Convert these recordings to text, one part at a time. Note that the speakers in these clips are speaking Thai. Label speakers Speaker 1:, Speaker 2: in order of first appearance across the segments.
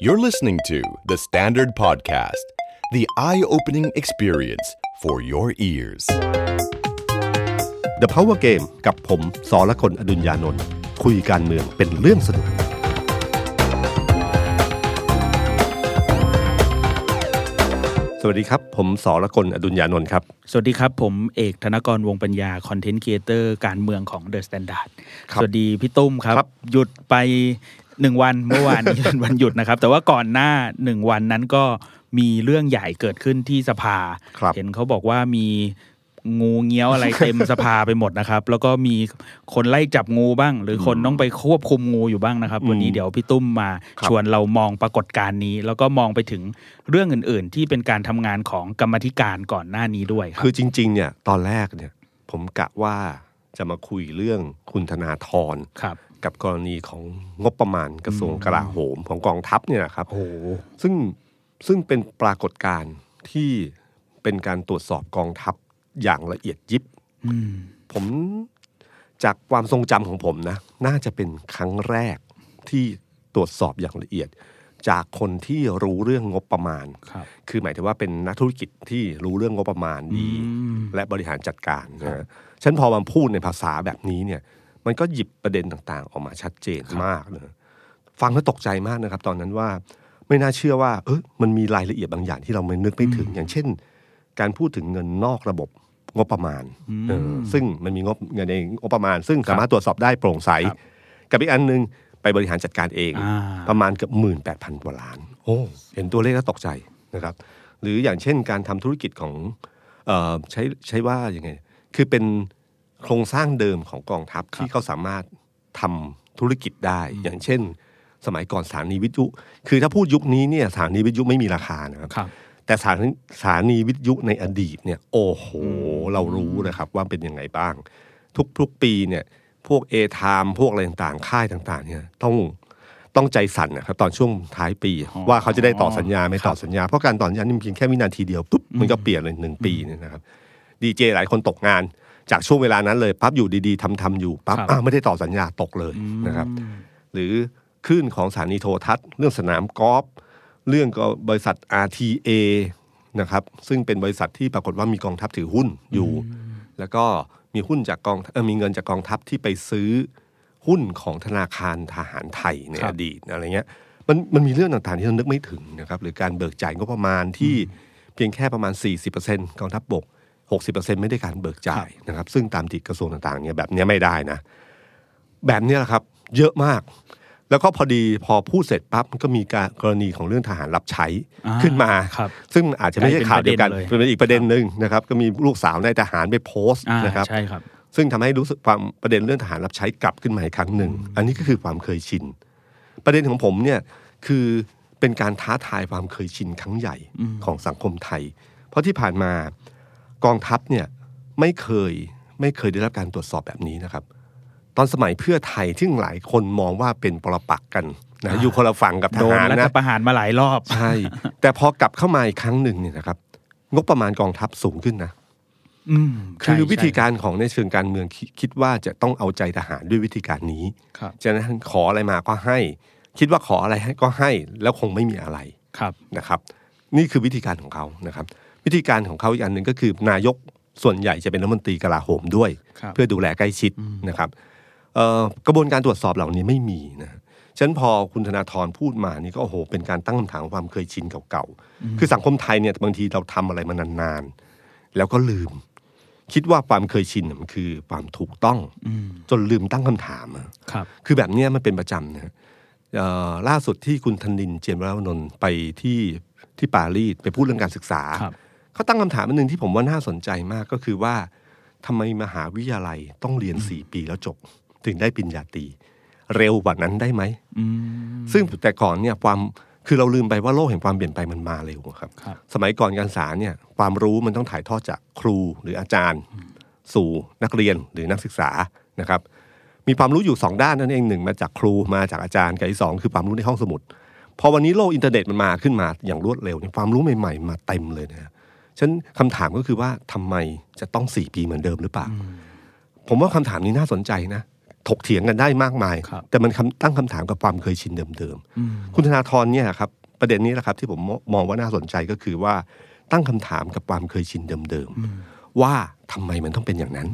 Speaker 1: You're listening to The Standard Podcast, the eye opening experience for your ears.
Speaker 2: The Power Game กับผมสอละคนอดุญญานนท์คุยการเมืองเป็นเรื่องสนุก สวัสดีครับ ผมสอละคนอดุญญานนท์ครับ
Speaker 3: สวัสดีครับ ผมเอกธนกรวงปัญญา คอนเทนต์ครีเอเตอร์การเมืองของเดอะสแตนดาร์ด
Speaker 2: ครับ
Speaker 3: สวัสดีพี่ตุ้มครับ
Speaker 2: ครับ
Speaker 3: หยุดไปหนึ่งวันเมื่อวานนี้ เป็นวันหยุดนะครับ แต่ว่าก่อนหน้าหนึ่งวันนั้นก็มีเรื่องใหญ่เกิดขึ้นที่สภา
Speaker 2: ครับ
Speaker 3: เห็นเขาบอกว่ามีงูเงี้ยวอะไรเต็ม สภาไปหมดนะครับ แล้วก็มีคนไล่จับงูบ้าง หรือคนต้องไปควบคุมงูอยู่บ้างนะครับ วันนี้เดี๋ยวพี่ตุ้มมา
Speaker 2: ครับ
Speaker 3: ชวนเรามองปรากฏการณ์นี้ แล้วก็มองไปถึงเรื่องอื่น ๆ ที่เป็นการทำงานของกรรมธิการก่อนหน้านี้ด้วยครับ
Speaker 2: คือจริง ๆ เนี่ย ตอนแรกเนี่ย ผมกะว่าจะมาคุยเรื่องคุณธนาธร
Speaker 3: ครับ
Speaker 2: กับกรณีของงบประมาณกระทรวงกลาโหมของกองทัพเนี่ยนะครับ
Speaker 3: โอ้โห
Speaker 2: ซึ่งซึ่งเป็นปรากฏการณ์ที่เป็นการตรวจสอบกองทัพอย่างละเอียดยิบ
Speaker 3: อืม
Speaker 2: ผมจากความทรงจำของผมนะ น่าจะเป็นครั้งแรกที่ตรวจสอบอย่างละเอียด จากคนที่รู้เรื่องงบประมาณ
Speaker 3: ครับ
Speaker 2: คือหมายถึงว่าเป็นนักธุรกิจที่รู้เรื่องงบประมาณดี
Speaker 3: อืม
Speaker 2: และบริหารจัดการนะฮะฉันพอมาพูดในภาษาแบบนี้เนี่ย มันก็หยิบประเด็นต่างๆ ออกมาชัดเจนมากนะฟังแล้วตกใจมากนะครับ ตอนนั้นว่าไม่น่าเชื่อว่า เออมันมีรายละเอียดบางอย่างที่เราไม่นึกไม่ถึง อย่างเช่น การพูดถึงเงินนอกระบบงบประมาณเออซึ่งมันมีงบเงินในงบประมาณ ซึ่งสามารถตรวจสอบได้โปร่งใส กับอีกอันนึงไปบริหารจัดการเอง
Speaker 3: อ่า
Speaker 2: ประมาณเกือบหมื่นแปดพันกว่าล้าน โอ้ เห็นตัวเลขแล้วตกใจนะครับ หรืออย่างเช่นการทำธุรกิจของเออใช้ใช้ว่ายังไง คือเป็นโครงสร้างเดิมของกองทัพที่เขาสามารถทำธุรกิจได้ อย่างเช่น สมัยก่อนสถานีวิทยุ คือถ้าพูดยุคนี้เนี่ยสถานีวิทยุไม่มีราคานะครับ
Speaker 3: ครับ
Speaker 2: แต่สถานีสถานีวิทยุในอดีตเนี่ยโอ้โห เรารู้นะครับว่าเป็นยังไงบ้าง ทุกทุกปีเนี่ยพวกเอทามพวกอะไรต่างๆ ค่ายต่าง ๆ เนี่ยต้องต้องใจสั่นนะครับตอนช่วงท้ายปี
Speaker 3: อ๋อ
Speaker 2: ว่าเขาจะได้ต่อสัญญาไม่
Speaker 3: ครับ
Speaker 2: ต่อสัญญา เพราะการต่อสัญญานี่มันเพียงแค่วินาทีเดียวปุ๊บมันก็เปลี่ยนเลยหนึ่งปีเนี่ยนะครับดีเจหลายคนตกงาน จากช่วงเวลานั้นเลยปั๊บอยู่ดีๆทำทำๆอยู่ปั๊บ
Speaker 3: ครับ
Speaker 2: อ้าวไม่ได้ต่อสัญญาตกเลยนะครับ หรือคลื่นของสถานีโทรทัศน์ เรื่องสนามกอล์ฟเรื่องก็บริษัท RTA นะครับซึ่งเป็นบริษัทที่ปรากฏว่ามีกองทัพถือหุ้นอยู่ แล้วก็มีหุ้นจากกองเอ่อมีเงินจากกองทัพที่ไปซื้อหุ้นของธนาคารทหารไทยใน
Speaker 3: ครั
Speaker 2: อบ ดีตอะไรเงี้ยมันมันมีเรื่องต่างๆที่เรานึกไม่ถึงนะครับหรือการเบิกจ่ายงบประมาณที่เพียงแค่ประมาณ 40%กองทัพบก 60%ไม่ได้การเบิกจ่ายนะครับซึ่งตามติดกระทรวงต่างๆเนี่ยแบบเนี้ยไม่ได้นะ แบบเนี้ยแหละครับ เยอะมาก แล้วก็พอดีพอพูดเสร็จปั๊บมันก็มีการกรณีของเรื่องทหารรับใช้
Speaker 3: อ่า
Speaker 2: ขึ้นมา
Speaker 3: ครับ
Speaker 2: ซึ่งอาจจะไม่ใช่ข่าวเดียวกัน
Speaker 3: กลายเป็นประเด็นเลย
Speaker 2: เป็นอีกประเด็นหนึ่งนะครับ ก็มีลูกสาวในายทหารไปโพสต์
Speaker 3: อ่า
Speaker 2: นะครับ
Speaker 3: ใช่ครับ
Speaker 2: ซึ่งทำให้รู้สึกความประเด็นเรื่องทหารรับใช้กลับขึ้นมาอีกครั้งหนึ่ง อันนี้ก็คือความเคยชิน ประเด็นของผมเนี่ยคือเป็นการท้าทายความเคยชินครั้งใหญ่ของสังคมไทย เพราะที่ผ่านมากองทัพเนี่ยไม่เคยไม่เคยได้รับการตรวจสอบแบบนี้นะครับ ตอนสมัยเพื่อไทยที่หลายคนมองว่าเป็นปรปักษ์กันนะอยู่คนละฝั่งกับท
Speaker 3: โดน
Speaker 2: หาร
Speaker 3: รัฐ
Speaker 2: นะ
Speaker 3: ประหารมาหลายรอบ
Speaker 2: ใช่ แต่พอกลับเข้ามาอีกครั้งหนึ่งเนี่ยนะครับ งบประมาณกองทัพสูงขึ้นนะ
Speaker 3: อืมใช่
Speaker 2: คือวิธี
Speaker 3: ใช่
Speaker 2: การของในเชิงการเมืองคิดคิดว่าจะต้องเอาใจทหารด้วยวิธีการนี้
Speaker 3: ครับ
Speaker 2: จะนั้นขออะไรมาก็ให้ คิดว่าขออะไรให้ก็ให้ แล้วคงไม่มีอะไร
Speaker 3: ครับ
Speaker 2: นะครับ นี่คือวิธีการของเขานะครับ วิธีการของเขาอีกอันหนึ่งก็คือนายกส่วนใหญ่จะเป็นรัฐมนตรีกลาโหมด้วย
Speaker 3: ครับ
Speaker 2: เพื่อดูแลใกล้ชิดนะครับเอ่อกระบวนการตรวจสอบเหล่านี้ไม่มีนะฉะนันพอคุณธนาธรพูดมานี่ก็โอ้โหเป็นการตั้งคำถามความเคยชินเก่าๆคือสังคมไทยเนี่ยบางทีเราทำอะไรมานานๆแล้วก็ลืม คิดว่าความเคยชินน่ะมันคือความถูกต้อง
Speaker 3: อืม
Speaker 2: จนลืมตั้งคำถามอะ
Speaker 3: ครับ
Speaker 2: คือแบบเนี้ยมันเป็นประจำนะเอ่อล่าสุดที่คุณธนินเจียนวราวนนท์ไปที่ที่ปารีสไปพูดเรื่องการศึกษา
Speaker 3: ครับ
Speaker 2: เขาตั้งคำถามอันหนึ่งที่ผมว่าน่าสนใจมากก็คือว่าทำไมมหาวิทยาลัยต้องเรียน 4 ปีแล้วจบ ถึงได้ปริญญาตรีเร็วกว่านั้นได้ไหม
Speaker 3: อืม
Speaker 2: ซึ่งแต่ก่อนเนี่ยความคือเราลืมไปว่าโลกแห่งความเปลี่ยนไปมันมาเร็วอะครับ
Speaker 3: ครับ
Speaker 2: สมัยก่อนการศึกษาเนี่ยความรู้มันต้องถ่ายทอดจากครูหรืออาจารย์ สู่นักเรียนหรือนักศึกษานะครับ มีความรู้อยู่สองด้านนั่นเองหนึ่งมาจากครูมาจากอาจารย์กับอีกสองคือความรู้ในห้องสมุด พอวันนี้โลกอินเทอร์เน็ตมันมาขึ้นมาอย่างรวดเร็วเนี่ยความรู้ใหม่ๆ มาเต็มเลยนะฮะฉะนันคำถามก็คือว่าทำไมจะต้องสี่ปีเหมือนเดิมหรือเปล่า ผมว่าคำถามนี้น่าสนใจนะ ถกเถียงกันได้มากมาย
Speaker 3: ครับ
Speaker 2: แต่มันคำตั้งคำถามกับความเคยชินเดิม
Speaker 3: อืม
Speaker 2: ๆ คุณธนาธรเนี่ยครับประเด็นนี้แหละครับที่ผมมองว่าน่าสนใจก็คือว่าตั้งคำถามกับความเคยชินเดิมๆว่าทำไมมันต้องเป็นอย่างนั้น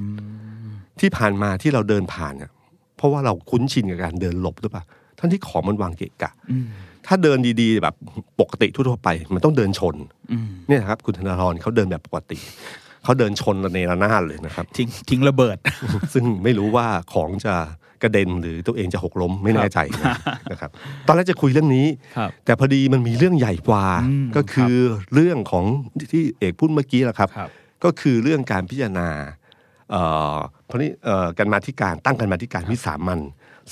Speaker 2: ที่ผ่านมาที่เราเดินผ่านเนี่ยเพราะว่าเราคุ้นชินกับการเดินหลบหรือเปล่าทั้งที่ของมันวางเกะกะ
Speaker 3: อืม
Speaker 2: ถ้าเดินดีๆแบบปกติทั่วๆไป มันต้องเดินชน
Speaker 3: อืม
Speaker 2: เนี่ยครับคุณธนาธรเขาเดินแบบปกติ เขาเดินชนระเนระนาดเลยนะครับ
Speaker 3: ทิ้งทิ้งระเบิด
Speaker 2: ซึ่งไม่รู้ว่าของจะกระเด็นหรือตัวเองจะหกล้มไม่แน่ใจ นะนะครับ ตอนแรกจะคุยเรื่องนี้
Speaker 3: ครับ
Speaker 2: แต่พอดีมันมีเรื่องใหญ่กว่า
Speaker 3: อืม
Speaker 2: ก็คือเรื่องของที่เอกพูดเมื่อกี้แหละครับ
Speaker 3: ครับ
Speaker 2: ก็คือเรื่องการพิจารณาเอ่อเพราะนี่เอ่อกันมาธิการตั้งกันมาธิการวิสามัน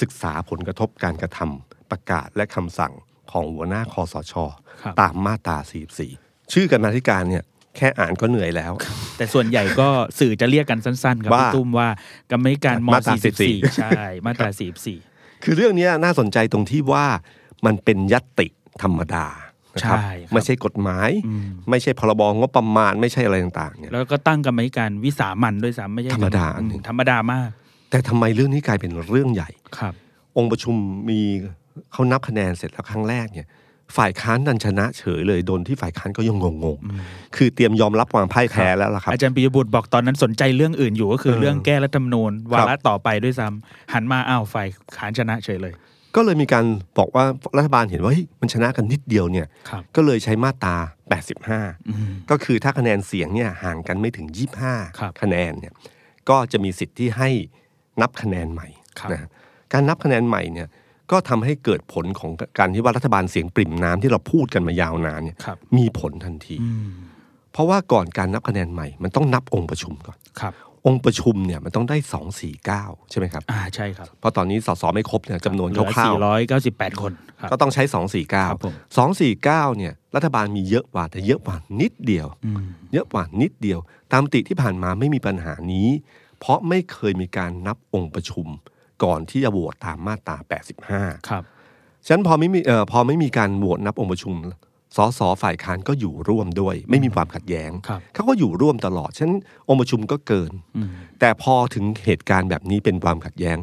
Speaker 2: ศึกษาผลกระทบการกระทำประกาศและคำสั่งของหัวหน้าคอสช
Speaker 3: ครับ
Speaker 2: ตามมาตรา44 ชื่อกันมาธิการเนี่ยแค่อ่านก็เหนื่อยแล้ว
Speaker 3: แต่ส่วนใหญ่ก็สื่อจะเรียกกันสั้นๆ ครับ
Speaker 2: ว่า
Speaker 3: พี่ตุ้มว่ากรรมธิการม
Speaker 2: มาตรา
Speaker 3: 44 ใช่ มาตรา 44
Speaker 2: คือเรื่องเนี้ยน่าสนใจตรงที่ว่ามันเป็นยัตติธรรมดานะครับ
Speaker 3: ใช่ครับ
Speaker 2: ไม่ใช่กฎหมาย
Speaker 3: อืม
Speaker 2: ไม่ใช่พรบงบประมาณไม่ใช่อะไรต่างๆเนี่ย
Speaker 3: แล้วก็ตั้งกรรมธิการวิสามันด้วยซ้ำไม่ใช่
Speaker 2: ธรรมดาอันหนึ่ง
Speaker 3: อืมธรรมดามาก
Speaker 2: แต่ทำไมเรื่องนี้กลายเป็นเรื่องใหญ่
Speaker 3: ครับ
Speaker 2: องค์ประชุมมีเขานับคะแนนเสร็จแล้วครั้งแรกเนี่ยฝ่ายค้านดันชนะเฉยเลยโดนที่ฝ่ายค้านก็ยังงงๆคือเตรียมยอมรับความพ่ายแพ้แล้วล่ะครับ
Speaker 3: อาจารย์ปิยบุตรบอกตอนนั้นสนใจเรื่องอื่นอยู่ก็คือ
Speaker 2: เออ
Speaker 3: เรื่องแก้รัฐธรรมนูญวา
Speaker 2: ครั
Speaker 3: ระ
Speaker 2: บ
Speaker 3: ต่อไปด้วยซ้ำหันมาอ้าวฝ่ายขานชนะเฉยเลย
Speaker 2: ก็เลยมีการบอกว่ารัฐบาลเห็นว่าเฮ้ยมันชนะกันนิดเดียวเนี่ย
Speaker 3: ครับ
Speaker 2: ก็เลยใช้มาตรา
Speaker 3: อืม
Speaker 2: 85 ก็คือถ้าคะแนนเสียงเนี่ยห่างกันไม่ถึง
Speaker 3: ครับ
Speaker 2: 25 คะแนนเนี่ยก็จะมีสิทธิ์ที่ให้นับคะแนนใหม่
Speaker 3: ครับ
Speaker 2: นะการนับคะแนนใหม่เนี่ยก็ทำให้เกิดผลของการที่ว่ารัฐบาลเสียงปริ่มน้ำที่เราพูดกันมายาวนานเนี่ย
Speaker 3: ครับ
Speaker 2: มีผลทันที
Speaker 3: อืม
Speaker 2: เพราะว่าก่อนการนับคะแนนใหม่มันต้องนับองค์ประชุมก่อน
Speaker 3: ครับ
Speaker 2: องค์ประชุมเนี่ยมันต้องได้ 249 ใช่ไหมครับ
Speaker 3: อ่าใช่ครับ
Speaker 2: เพราะตอนนี้สสไม่ครบเนี่ยจำนวน
Speaker 3: เห
Speaker 2: ค
Speaker 3: ลือ
Speaker 2: ร่าว
Speaker 3: 498 คนครับ
Speaker 2: ๆก็ต้องใช้
Speaker 3: ครับผม
Speaker 2: 249 249เนี่ยรัฐบาลมีเยอะกว่าแต่เยอะกว่านิดเดียว
Speaker 3: อืม
Speaker 2: เยอะกว่านิดเดียว ตามติที่ผ่านมาไม่มีปัญหานี้ เพราะไม่เคยมีการนับองค์ประชุม ก่อนที่จะโหวตตามมาตรา85
Speaker 3: ครับ
Speaker 2: ฉะนั้นพอไม่มีเอ่อพอไม่มีการโหวตนับองค์ประชุมสสฝ่ายค้านก็อยู่ร่วมด้วย ไม่มีความขัดแย้ง
Speaker 3: ครับ
Speaker 2: เขาก็อยู่ร่วมตลอด ฉะนั้นองค์ประชุมก็เกิน
Speaker 3: อืม
Speaker 2: แต่พอถึงเหตุการณ์แบบนี้เป็นความขัดแย้ง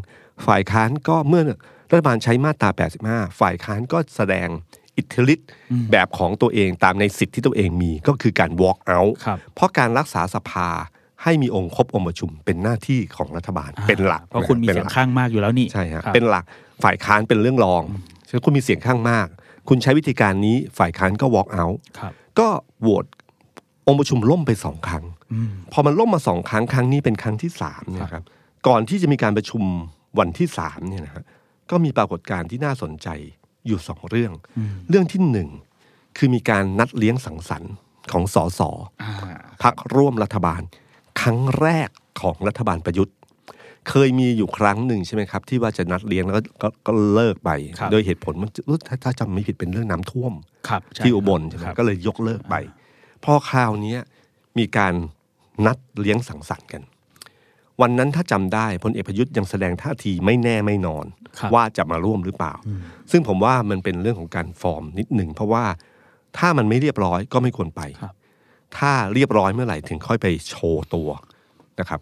Speaker 2: ฝ่ายค้านก็เมื่อรัฐบาลใช้มาตรา 85 ฝ่ายค้านก็แสดงอิทธิฤทธิ์แบบของตัวเองตามในสิทธิที่ตัวเองมีก็คือการ walk out
Speaker 3: ครับ
Speaker 2: เพราะการรักษาสภาให้มีองค์ครบองค์ประชุมเป็นหน้าที่ของรัฐบาลเป็นหลัก
Speaker 3: เพราะคุณมี
Speaker 2: ป็น
Speaker 3: เสีย
Speaker 2: ห
Speaker 3: ง
Speaker 2: ลัก
Speaker 3: ข้างมากอยู่แล้วนี่
Speaker 2: ใช่ฮะ
Speaker 3: ครับ
Speaker 2: เป็นหลักฝ่ายค้านเป็นเรื่องรองฉะนั้นคุณมีเสียงข้างมาก คุณใช้วิธีการนี้ฝ่ายค้านก็ walk out
Speaker 3: ครับ
Speaker 2: ก็โหวตองค์ประชุมล่มไปสองครั้ง
Speaker 3: อืม
Speaker 2: พอมันล่มมาสองครั้งครั้งนี้เป็นครั้งที่สามเนี่ยครับก่อนที่จะมีการประชุมวันที่สามเนี่ยนะฮะก็มีปรากฏการณ์ที่น่าสนใจอยู่สองเรื่อง เรื่องที่หนึ่งคือมีการนัดเลี้ยงสังสรรค์ของสส
Speaker 3: อ่า
Speaker 2: พักร่วมรัฐบาล ครั้งแรกของรัฐบาลประยุทธ์ เคยมีอยู่ครั้งหนึ่งใช่ไหมครับ ที่ว่าจะนัดเลี้ยงแล้วก็ก็ก็เลิกไป
Speaker 3: ครับ
Speaker 2: โดยเหตุผลมันถ้าถ้าจำไม่ผิดเป็นเรื่องน้ำท่วม
Speaker 3: ครับใช่
Speaker 2: ที่อุบลใช่ไหม
Speaker 3: ครับ
Speaker 2: ก็เลยยกเลิกไป พอคราวเนี้ยมีการนัดเลี้ยงสังสรรค์กัน วันนั้นถ้าจำได้พลเอกประยุทธ์ยังแสดงท่าทีไม่แน่ไม่นอน
Speaker 3: ครับ
Speaker 2: ว่าจะมาร่วมหรือเปล่า ซึ่งผมว่ามันเป็นเรื่องของการฟอร์มนิดหนึ่งเพราะว่าถ้ามันไม่เรียบร้อยก็ไม่ควรไป
Speaker 3: ครับ
Speaker 2: ถ้าเรียบร้อยเมื่อไหร่ถึงค่อยไปโชว์ตัวนะครับ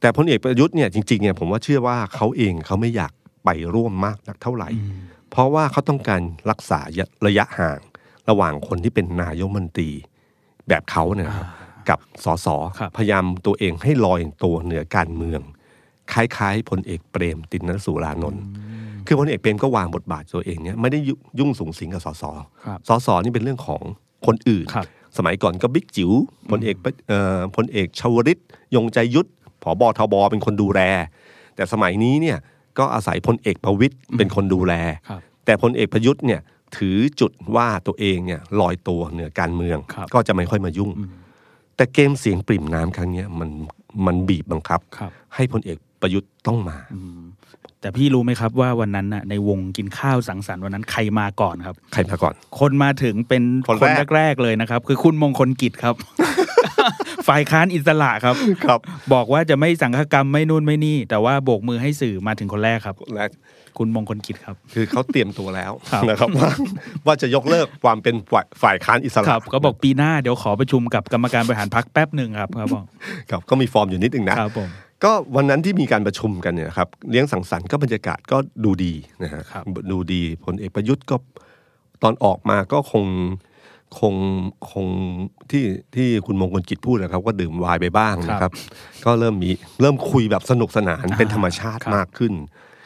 Speaker 2: แต่พลเอกประยุทธ์เนี่ยจริงๆเนี่ยผมว่าเชื่อว่าเขาเองเขาไม่อยากไปร่วมมากนักเท่าไหร่ เพราะว่าเขาต้องการรักษาระยะห่างระหว่างคนที่เป็นนายกรัฐมนตรีแบบเขาเนี่ยนะครับกับสส
Speaker 3: ครับ
Speaker 2: พยายามตัวเองให้ลอยตัวเหนือการเมือง คล้ายๆพลเอกเปรมตินนสุรานนท์คือพลเอกเปรมก็วางบทบาทตัวเองเนี่ยไม่ได้ยุ่งสูงสิงกับสส
Speaker 3: ครับ
Speaker 2: สสนี่เป็นเรื่องของคนอื่น
Speaker 3: ครับ
Speaker 2: สมัยก่อนก็บิ๊กจิ๋วพลเอกประเอ่อพลเอกชวริต ยงใจยุทธผอบอทบเป็นคนดูแล แต่สมัยนี้เนี่ยก็อาศัยพลเอกประวิตยเป็นคนดูแล
Speaker 3: ครับ
Speaker 2: แต่พลเอกประยุทธ์เนี่ยถือจุดว่าตัวเองเนี่ยลอยตัวเหนือการเมือง
Speaker 3: ครับ
Speaker 2: ก็จะไม่ค่อยมายุ่ง แต่เกมเสียงปริ่มน้ำครั้งเนี้ยมันมันบีบบังคับ
Speaker 3: ครับ
Speaker 2: ให้พลเอกประยุทธ์ต้องมา
Speaker 3: แต่พี่รู้ไหมครับว่าวันนั้นน่ะในวงกินข้าวสังสรรค์วันนั้นใครมาก่อนครับ
Speaker 2: ใครมาก่อน
Speaker 3: คนมาถึงเป็น
Speaker 2: คนแรก
Speaker 3: แรกๆเลยนะครับ คือคุณมงคลกิจ ครับ ฝ่ายค้านอิสระครับ
Speaker 2: ครับ
Speaker 3: บอกว่าจะไม่สังฆกรรมไม่นู่นไม่นี่ แต่ว่าโบกมือให้สื่อมาถึงคนแรกครับ
Speaker 2: และ
Speaker 3: คุณมงคลกิจครับ
Speaker 2: คือเขาเตรียมตัวแล้ว
Speaker 3: ครับ
Speaker 2: นะครับว่าว่าจะยกเลิกความเป็นฝ่ายฝ่ายค้านอิสระ
Speaker 3: ครับก็บอกปีหน้าเดี๋ยวขอประชุมกับกรรมการบริหารพักแป๊บหนึ่งครับครับบอก
Speaker 2: ครับก็มีฟอร์มอยู่นิดหนึ่งนะ
Speaker 3: ครับผม
Speaker 2: ก็วันนั้นที่มีการประชุมกันเนี่ยนะครับเลี้ยงสังสรรค์ก็บรรยากาศก็ดูดีนะฮะ
Speaker 3: ครับ
Speaker 2: ดูดีพลเอกประยุทธ์ก็ตอนออกมาก็คงคงคงที่ที่คุณมงคลกิจพูดนะครับ ก็ดื่มไวายไปบ้างนะครับ ก็เริ่มมีเริ่มคุยแบบสนุกสนานเป็นธรรมชาติ
Speaker 3: ครับ
Speaker 2: มากขึ้น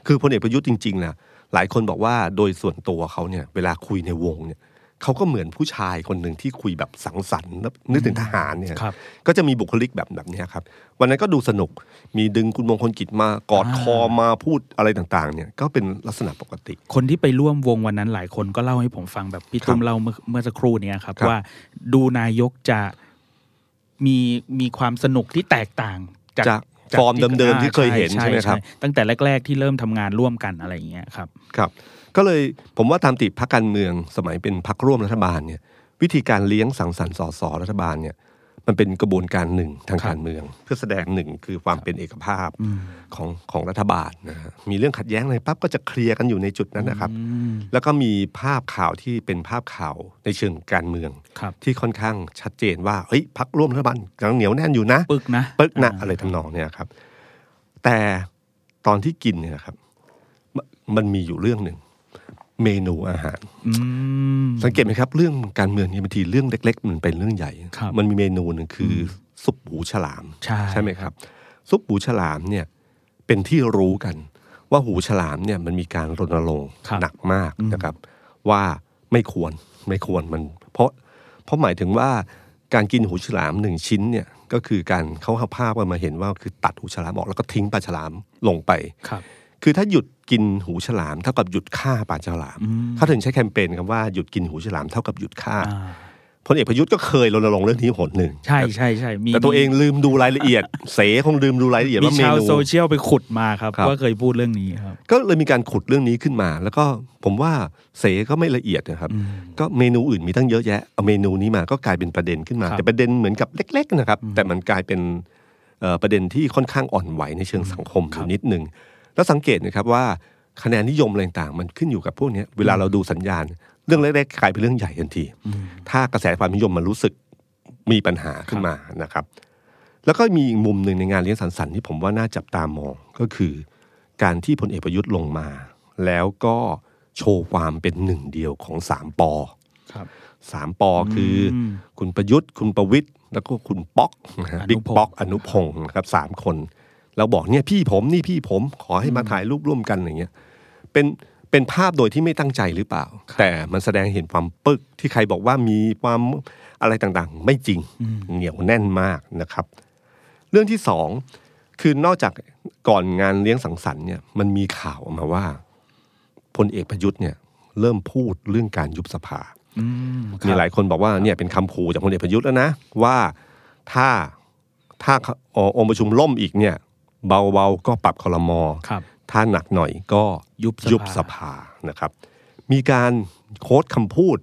Speaker 2: คือพลเอกประยุทธ์จริงๆนะหลายคนบอกว่าโดยส่วนตัวเขาเนี่ยเวลาคุยในวงเนี่ยเขาก็เหมือนผู้ชายคนหนึ่งที่คุยแบบสังสรรค์แล้วนึกถึงทหารเนี่ย
Speaker 3: ครับ
Speaker 2: ก็จะมีบุคลิกแบบแบบเนี้ยครับ วันนั้นก็ดูสนุกมีดึงคุณมงคลกิจมากอด
Speaker 3: อ่า
Speaker 2: คอมาพูดอะไรต่างๆ เนี่ยก็เป็นลักษณะปกติ
Speaker 3: คนที่ไปร่วมวงวันนั้นหลายคนก็เล่าให้ผมฟังแบบพี่ตุ้
Speaker 2: ค
Speaker 3: ม
Speaker 2: รับ
Speaker 3: เล่าเมื่อเมื่อสักครู่เนี้ยครับ
Speaker 2: ครับ
Speaker 3: ว่าดูนายกจะมีมีความสนุกที่แตกต่าง จาก
Speaker 2: จาก
Speaker 3: จาก
Speaker 2: ฟอร์มเดิมๆที่เคยเห็นใช่ไหมครับ
Speaker 3: ตั้งแต่แรก ๆ ที่เริ่มทำงานร่วมกันอะไรอย่างเงี้ยครับ
Speaker 2: ครับก็เลยผมว่าตามติดพักการเมืองสมัยเป็นพักร่วมรัฐบาลเนี่ยวิธีการเลี้ยงสังสรรค์สสรัฐบาลเนี่ยมันเป็นกระบวนการหนึ่งทาง
Speaker 3: ครับ
Speaker 2: การเมือง เพื่อแสดงหนึ่งคือความเป็นเอกภาพ
Speaker 3: อืม
Speaker 2: ของของรัฐบาลนะฮะมีเรื่องขัดแย้งอะไรปั๊บก็จะเคลียร์กันอยู่ในจุดนั้นนะครับ
Speaker 3: อืม
Speaker 2: แล้วก็มีภาพข่าวที่เป็นภาพข่าวในเชิงการเมือง
Speaker 3: ครับ
Speaker 2: ที่ค่อนข้างชัดเจนว่าเฮ้ยพักร่วมรัฐบาลกำลังเหนียวแน่นอยู่นะ
Speaker 3: ปึกนะ
Speaker 2: ปึ๊กนะ
Speaker 3: า
Speaker 2: อะไรทำนองเนี่ยครับ แต่ตอนที่กินเนี่ยนะครับมมันมีอยู่เรื่องหนึ่ง เมนูอาหาร
Speaker 3: อืม
Speaker 2: สังเกตไหมครับ เรื่องการเมืองเนี่ยบางทีเรื่องเล็ก ๆ มันเป็นเรื่องใหญ่
Speaker 3: ครับ
Speaker 2: มันมีเมนูหนึ่งคืออซุปหูฉลาม
Speaker 3: ใช่
Speaker 2: ไหมครับ ซุปหูฉลามเนี่ยเป็นที่รู้กัน ว่าหูฉลามเนี่ยมันมีการรณรงค์
Speaker 3: ครับ
Speaker 2: หนักมากนะครับ ว่าไม่ควรไม่ควรมันเพราะเพราะหมายถึงว่าการกินหูฉลามหนึ่งชิ้นเนี่ยก็คือการเขาเอาภาพกันมาเห็นว่าคือตัดหูฉลามออกแล้วก็ทิ้งปลาฉลามลงไป
Speaker 3: ครับ
Speaker 2: คือถ้าหยุดกินหูฉลามเท่ากับหยุดฆ่าปลาฉลามเขาถึงใช้แคมเปญคำว่าหยุดกินหูฉลามเท่ากับหยุดฆ่า
Speaker 3: อ่า
Speaker 2: พลเอกประยุทธ์ก็เคยรณรงค์เรื่องนี้หนหนึ่ง
Speaker 3: ใช่ใช่ใช่มี
Speaker 2: แต่ตัวเองลืมดูรายละเอียด เสคงลืมดูรายละเอียด
Speaker 3: มี
Speaker 2: ว่าเม
Speaker 3: ชาว
Speaker 2: นู
Speaker 3: โซเชียลไปขุดมาครับ
Speaker 2: ครับ
Speaker 3: ว่าเคยพูดเรื่องนี้ครับ
Speaker 2: ก็เลยมีการขุดเรื่องนี้ขึ้นมา แล้วก็ผมว่าเสก็ไม่ละเอียดนะครับ ก็เมนูอื่นมีตั้งเยอะแยะเอาเมนูนี้มาก็กลายเป็นประเด็นขึ้นมา
Speaker 3: ครับ
Speaker 2: แต่ประเด็นเหมือนกับเล็ก ๆ นะครับ แต่มันกลายเป็นเอ่อประเด็นที่ค่อนข้างอ่อนไหวในเชิงสังคมอยู่นิดนึงแล้วสังเกตนะครับว่าคะแนนนิยมอะไรต่างๆมันขึ้นอยู่กับพวกเนี้ยเวลาเราดูสัญญาณ เรื่องเล็กๆกลายเป็นเรื่องใหญ่ทันที ถ้ากระแสความนิยมมันรู้สึกมีปัญหาขึ้นมานะครับ แล้วก็มีอีกมุมหนึ่งในงานเลี้ยงสังสรรค์ที่ผมว่าน่าจับตามองก็คือ การที่พลเอกประยุทธ์ลงมา แล้วก็โชว์ความเป็นหนึ่งเดียวของสามปอ
Speaker 3: ครับ
Speaker 2: สามปอคืออ
Speaker 3: ม
Speaker 2: คุณประยุทธ์ คุณประวิทย์แล้วก็คุณป๊อกนะฮะ
Speaker 3: อนุพงษ์
Speaker 2: บิ๊กป๊อกอนุพงศ์นะครับสามคนเราบอกเนี่ยพี่ผมนี่พี่ผมขอให้มาถ่ายรูปร่วมกันอย่างเงี้ยเป็นเป็นภาพโดยที่ไม่ตั้งใจหรือเปล่า แต่มันแสดงเห็นความปึกที่ใครบอกว่ามีความอะไรต่างๆ ไม่จริงเหนียวแน่นมากนะครับ เรื่องที่สองคือนอกจากก่อนงานเลี้ยงสังสรรค์เนี่ยมันมีข่าวออกมาว่าพลเอกประยุทธ์เนี่ยเริ่มพูดเรื่องการยุบสภา
Speaker 3: อืมครับ
Speaker 2: มีหลายคนบอกว่าเนี่ยเป็นคำขู่จากพลเอกประยุทธ์แล้วนะ ว่าถ้าถ้าเอ่อองค์ประชุมล่มอีกเนี่ย เบาๆก็ปรับคอรมอ
Speaker 3: ครับ
Speaker 2: ถ้าหนักหน่อยก็
Speaker 3: ยุบสภา
Speaker 2: ยุบสภานะครับ มีการโค้ดคำพูด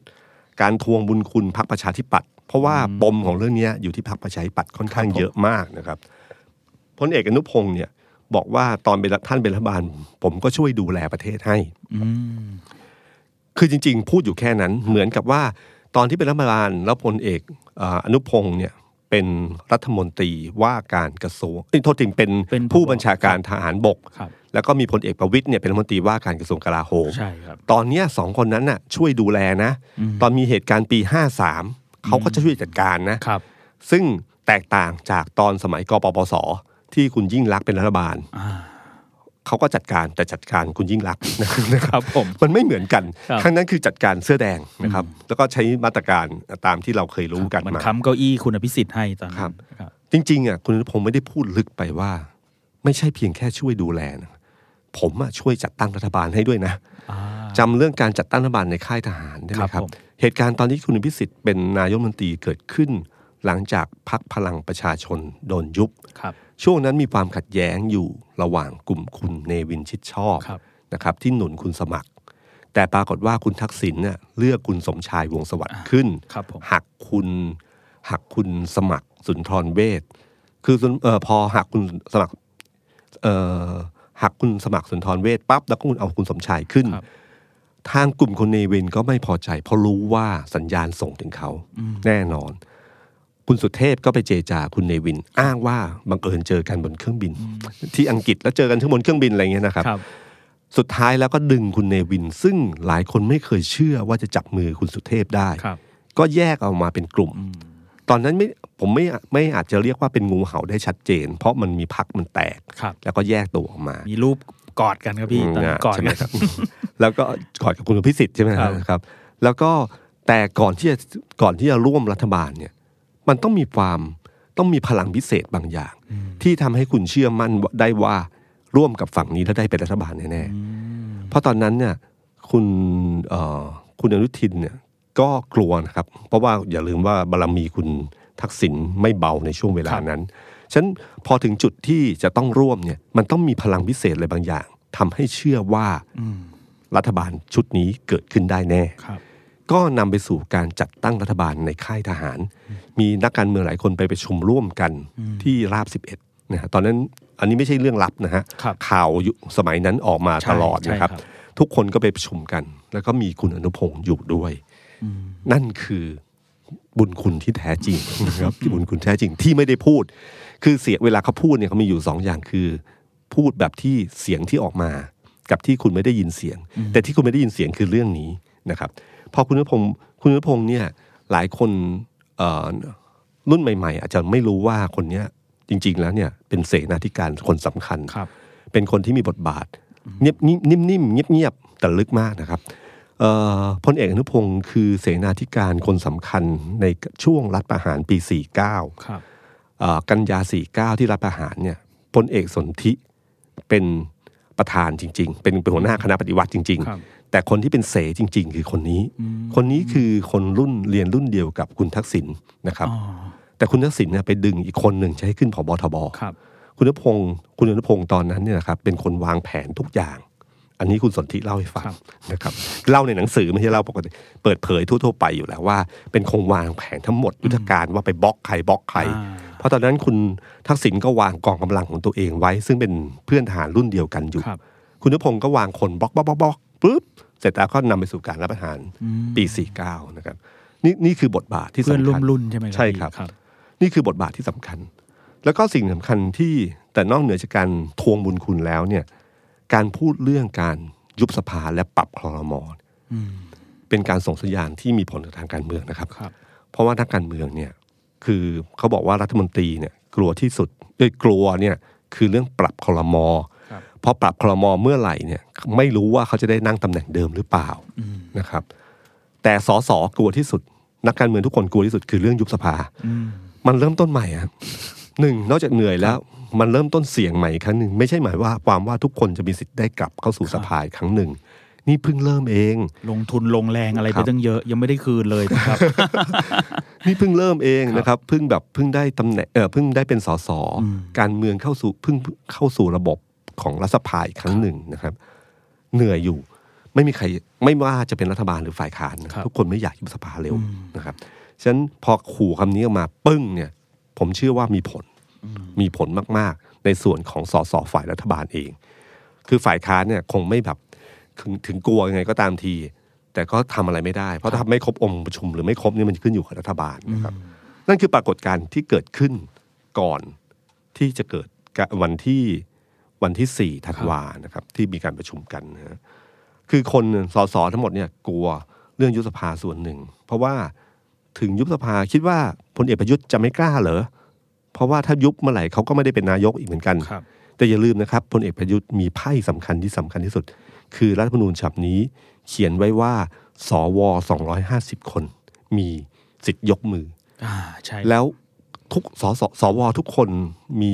Speaker 2: การทวงบุญคุณพรรคประชาธิปัตย์เพราะว่าปมของเรื่องเนี้ยอยู่ที่พรรคประชาธิปัตย์ค่อนข้างเยอะมากนะครับพลเอกอนุพงศ์เนี่ยบอกว่าตอนเป็นท่านเป็นรัฐบาล ผมก็ช่วยดูแลประเทศให้
Speaker 3: อืม
Speaker 2: คือจริงๆ พูดอยู่แค่นั้นเหมือนกับว่า ตอนที่เป็นรัฐบาลแล้วพลเอกเอ่ออนุพงศ์เนี่ยเป็นรัฐมนตรีว่าการกระทรวงเอ้ยโทษจริงเป็น
Speaker 3: เป็น
Speaker 2: ผู้บัญชาการทหารบก
Speaker 3: ครับ
Speaker 2: แล้วก็มีพลเอกประวิตยเนี่ยเป็นรัฐมนตรีว่าการกระทรวงกลาโหม
Speaker 3: ใช่ครับ
Speaker 2: ตอนเนี้ยสองคนนั้นน่ะช่วยดูแลนะ ตอนมีเหตุการณ์ปี 53เขาก็จะช่วยจัดการนะ
Speaker 3: ครับ
Speaker 2: ซึ่งแตกต่างจากตอนสมัยกปปส ที่คุณยิ่งรักษณ์เป็นรัฐบาล
Speaker 3: อ่า
Speaker 2: เขาก็จัดการแต่จัดการคุณยิ่งรัก ษณ์นะค
Speaker 3: ครับ รับผม
Speaker 2: มันไม่เหมือนกัน
Speaker 3: ครับ
Speaker 2: ครั้งนั้นคือจัดการเสื้อแดงนะครับ แล้วก็ใช้มาตรการตามที่เราเคยรู้กัน
Speaker 3: เหมัน
Speaker 2: มา
Speaker 3: ค้ำเก้าอี้คุณอภิสิทธิ์ให้ตอนนั้น
Speaker 2: ครับ
Speaker 3: ครับ
Speaker 2: จริงๆอ่ะคุณอนุพงศ์ไม่ได้พูดลึกไปว่า ไม่ใช่เพียงแค่ช่วยดูแลนะผมอ่ะช่วยจัดตั้งรัฐบาลให้ด้วยนะ
Speaker 3: อ่า
Speaker 2: จำเรื่องการจัดตั้งรัฐบาลในค่ายทหารได้ไหม
Speaker 3: ค
Speaker 2: ค
Speaker 3: รั
Speaker 2: รั
Speaker 3: บบ ผม
Speaker 2: เหตุการณ์ตอนที่คุณพิสิทธิ์เป็นนายกรัฐมนตรีเกิดขึ้น หลังจากพักพลังประชาชนโดนยุบ
Speaker 3: ครับ
Speaker 2: ช่วงนั้นมีความขัดแย้งอยู่ระหว่างกลุ่มคุณเนวินชิดชอบ
Speaker 3: ครับ
Speaker 2: นะครับ ที่หนุนคุณสมัคร แต่ปรากฏว่าคุณทักษิณเนี่ยเลือกคุณสมชายวงศ์สวัสดิ์ขึ้น
Speaker 3: ครับผม
Speaker 2: หักคุณหักคุณสมัครสุนทรเวชคือสุนเออพอหักคุณสมัครเออหักคุณสมัครสุนทรเวชปั๊บแล้วก็คุณเอาคุณสมชายขึ้น
Speaker 3: ครับ
Speaker 2: ทางกลุ่มคนเนวินก็ไม่พอใจ เพราะรู้ว่าสัญญาณส่งถึงเขาแน่นอน คุณสุเทพก็ไปเจรจาคุณเนวิน อ้างว่าบังเอิญเจอกันบนเครื่องบิน ที่อังกฤษแล้วเจอกันที่บนเครื่องบินอะไรอย่างเงี้ยนะครับ
Speaker 3: ครับ
Speaker 2: สุดท้ายแล้วก็ดึงคุณเนวิน ซึ่งหลายคนไม่เคยเชื่อว่าจะจับมือคุณสุเทพได้
Speaker 3: ครับ
Speaker 2: ก็แยกออกมาเป็นกลุ่ม ตอนนั้นไม่ผมไม่ไม่อาจจะเรียกว่าเป็นงูเห่าได้ชัดเจน เพราะมันมีพักมันแตก
Speaker 3: ครับ
Speaker 2: แล้วก็แยกตัวออกมา
Speaker 3: มีรูปกอดกันครับพี่ตอนนั้นกอด
Speaker 2: ใช่ไหม
Speaker 3: กัน
Speaker 2: ครับ แล้วก็กอดกับคุณพิสิทธิ์ใช่ไหมครับ
Speaker 3: ครับ
Speaker 2: ครับ แล้วก็แต่ก่อนที่จะก่อนที่จะร่วมรัฐบาลเนี่ย มันต้องมีความต้องมีพลังพิเศษบางอย่าง ที่ทำให้คุณเชื่อมั่นได้ว่าร่วมกับฝั่งนี้แล้วได้เป็นรัฐบาลแน่ๆเพราะตอนนั้นเนี่ยคุณเอ่อคุณอนุทินเนี่ยก็กลัวนะครับ เพราะว่าอย่าลืมว่าบารมีคุณทักษิณไม่เบาในช่วงเวลานั้นฉะนันพอถึงจุดที่จะต้องร่วมเนี่ยมันต้องมีพลังพิเศษอะไรบางอย่างทำให้เชื่อว่ารัฐบาลชุดนี้เกิดขึ้นได้แน่
Speaker 3: ครับ
Speaker 2: ก็นำไปสู่การจัดตั้งรัฐบาลในค่ายทหาร มีนักการเมืองหลายคนไปไประชุมร่วมกันที่ราบ 11นะฮะตอนนั้นอันนี้ไม่ใช่เรื่องลับนะฮะ
Speaker 3: ครับ
Speaker 2: ข่าวยุคสมัยนั้นออกมา
Speaker 3: ใช่
Speaker 2: ตลอดนะครับ
Speaker 3: ใช่ครับ
Speaker 2: ทุกคนก็ไปประชุมกัน แล้วก็มีคุณอนุพงศ์อยู่ด้วย นั่นคือบุญคุณที่แท้จริงนะครับ ที่บุญคุณแท้จริงที่ไม่ได้พูด คือเสียงเวลาเขาพูดเนี่ยเขามีอยู่สองอย่างคือ พูดแบบที่เสียงที่ออกมา กับที่คุณไม่ได้ยินเสียง แต่ที่คุณไม่ได้ยินเสียงคือเรื่องนี้นะครับพอคุณนุพงศ์คุณนุพงศ์เนี่ยหลายคนเอ่อรุ่นใหม่ ๆ อาจจะไม่รู้ว่าคนเนี้ยจริง ๆ แล้วเนี่ยเป็นเสนาธิการคนสำคัญ
Speaker 3: ครับ
Speaker 2: เป็นคนที่มีบทบาทเงียบนิ่มนิ่มเงียบเงียบๆแต่ลึกมากนะครับเอ่อพลเอกอนุพงศ์คือเสนาธิการคนสำคัญในช่วงรัฐประหารปี 49เ
Speaker 3: ครับ
Speaker 2: อ่อกันยา 49 ที่รัฐประหารเนี่ยพลเอกสนธิเป็นประธานจริง ๆ เป็นเป็นหัวหน้าคณะปฏิวัติจริง
Speaker 3: ครับ
Speaker 2: ๆ แต่คนที่เป็นเสจริง ๆ คือคนนี้ คนนี้คือคนรุ่นเรียนรุ่นเดียวกับคุณทักษิณนะครับ
Speaker 3: อ๋อ
Speaker 2: แต่คุณทักษิณเนี่ยไปดึงอีกคนหนึ่งจะให้ขึ้นผบทบ
Speaker 3: ครับ
Speaker 2: คุณอนุพงศ์คุณอนุพงศ์ตอนนั้นเนี่ยนะครับเป็นคนวางแผนทุกอย่าง อันนี้คุณสนธิเล่าให้ฟัง
Speaker 3: ครับ
Speaker 2: นะครับเล่าในหนังสือไม่ใช่เล่าปกติเปิดเผยทั่วๆไปอยู่แล้วว่า เป็นคงวางแผนทั้งหมดยุทธการว่าไปบล็อกใครบล็อกใคร
Speaker 3: อ่า
Speaker 2: เพราะตอนนั้นคุณทักษิณก็วางกองกำลังของตัวเองไว้ ซึ่งเป็นเพื่อนทหารรุ่นเดียวกันอยู่
Speaker 3: ครับ
Speaker 2: คุณอนุพงศ์ก็วางคนบล็อกบล็อกบล็อกบล็อกปุ๊บเสร็จแล้วก็นำไปสู่การรับประทานปี49นะครับนี่นี่คือบทบาทที่
Speaker 3: เพื่อน
Speaker 2: สำ
Speaker 3: ร่ว
Speaker 2: คั
Speaker 3: ม
Speaker 2: ญ
Speaker 3: รุ่นใช่ไหม
Speaker 2: ใช่ครับ
Speaker 3: ครับ
Speaker 2: นี่คือบทบาทที่สำคัญ แล้วก็สิ่งสำคัญที่แต่นอกเหนือจากการทวงบุญคุณแล้วเนี่ย การพูดเรื่องการยุบสภาและปรับคลรมอเป็นการส่งสัญญาณที่มีผลกับทางการเมืองนะครับ
Speaker 3: ครับ
Speaker 2: เพราะว่านักการเมืองเนี่ย คือเขาบอกว่ารัฐมนตรีเนี่ย กลัวที่สุดเอ้ยกลัวเนี่ยคือเรื่องปรับคลรมอ
Speaker 3: ครับ
Speaker 2: พอปรับคลรมอเมื่อไหร่เนี่ยไม่รู้ว่าเขาจะได้นั่งตำแหน่งเดิมหรือเปล่านะครับ แต่สสกลัวที่สุด นักการเมืองทุกคนกลัวที่สุดคือเรื่องยุบสภา มันเริ่มต้นใหม่อะหนึ่งนอกจากเหนื่อยแล้ว มันเริ่มต้นเสี่ยงใหม่อีกครั้งหนึ่งไม่ใช่หมายว่าความว่าทุกคนจะมีสิทธิ์ได้กลับเข้าสู่สภาอีกครั้งหนึ่ง นี่เพิ่งเริ่มเอง
Speaker 3: ลงทุนลงแรงอะไร
Speaker 2: ครั
Speaker 3: ไป
Speaker 2: บ
Speaker 3: ตั้งเยอะยังไม่ได้คืนเลยนะครับ
Speaker 2: นี่เพิ่งเริ่มเองนะครับเพิ่งแบบเพิ่งได้ตำแหน่งเออเพิ่งได้เป็นสสการเมืองเข้าสู่เพิ่งเข้าสู่ระบบของรัฐสภาอีกครั้งหนึ่งนะครับ เหนื่อยอยู่ ไม่มีใครไม่ว่าจะเป็นรัฐบาลหรือฝ่ายค้านนะครับ ทุกคนไม่อยากยุบสภาเร็วนะครับฉะนั้นพอขู่คำนี้ออกมาปึ้งเนี่ย ผมเชื่อว่ามีผลมีผลมากๆ ในส่วนของสสฝ่ายรัฐบาลเอง คือฝ่ายค้านเนี่ยคงไม่แบบถึงถึงกลัวยังไงก็ตามที แต่ก็ทำอะไรไม่ได้ เพราะถ้าไม่ครบองค์ประชุมหรือไม่ครบเนี่ยมันขึ้นอยู่กับรัฐบาลนะครับ นั่นคือปรากฏการณ์ที่เกิดขึ้นก่อนที่จะเกิดกะวันที่วันที่สี่ธันวานะครับ ที่มีการประชุมกันนะฮะคือคนสสทั้งหมดเนี่ยกลัวเรื่องยุบสภาส่วนหนึ่ง เพราะว่าถึงยุบสภาคิดว่าพลเอกประยุทธ์จะไม่กล้าเหรอเพราะว่าถ้ายุบเมื่อไหร่เขาก็ไม่ได้เป็นนายกอีกเหมือนกัน
Speaker 3: ครับ
Speaker 2: แต่อย่าลืมนะครับพลเอกประยุทธ์มีไพ่สำคัญที่สำคัญที่สุด คือรัฐธรรมนูญฉบับนี้ เขียนไว้ว่า สว 250 คน มีสิทธิ์ยกมือ
Speaker 3: อ่าใช่
Speaker 2: แล้วทุกสสสวทุกคนมี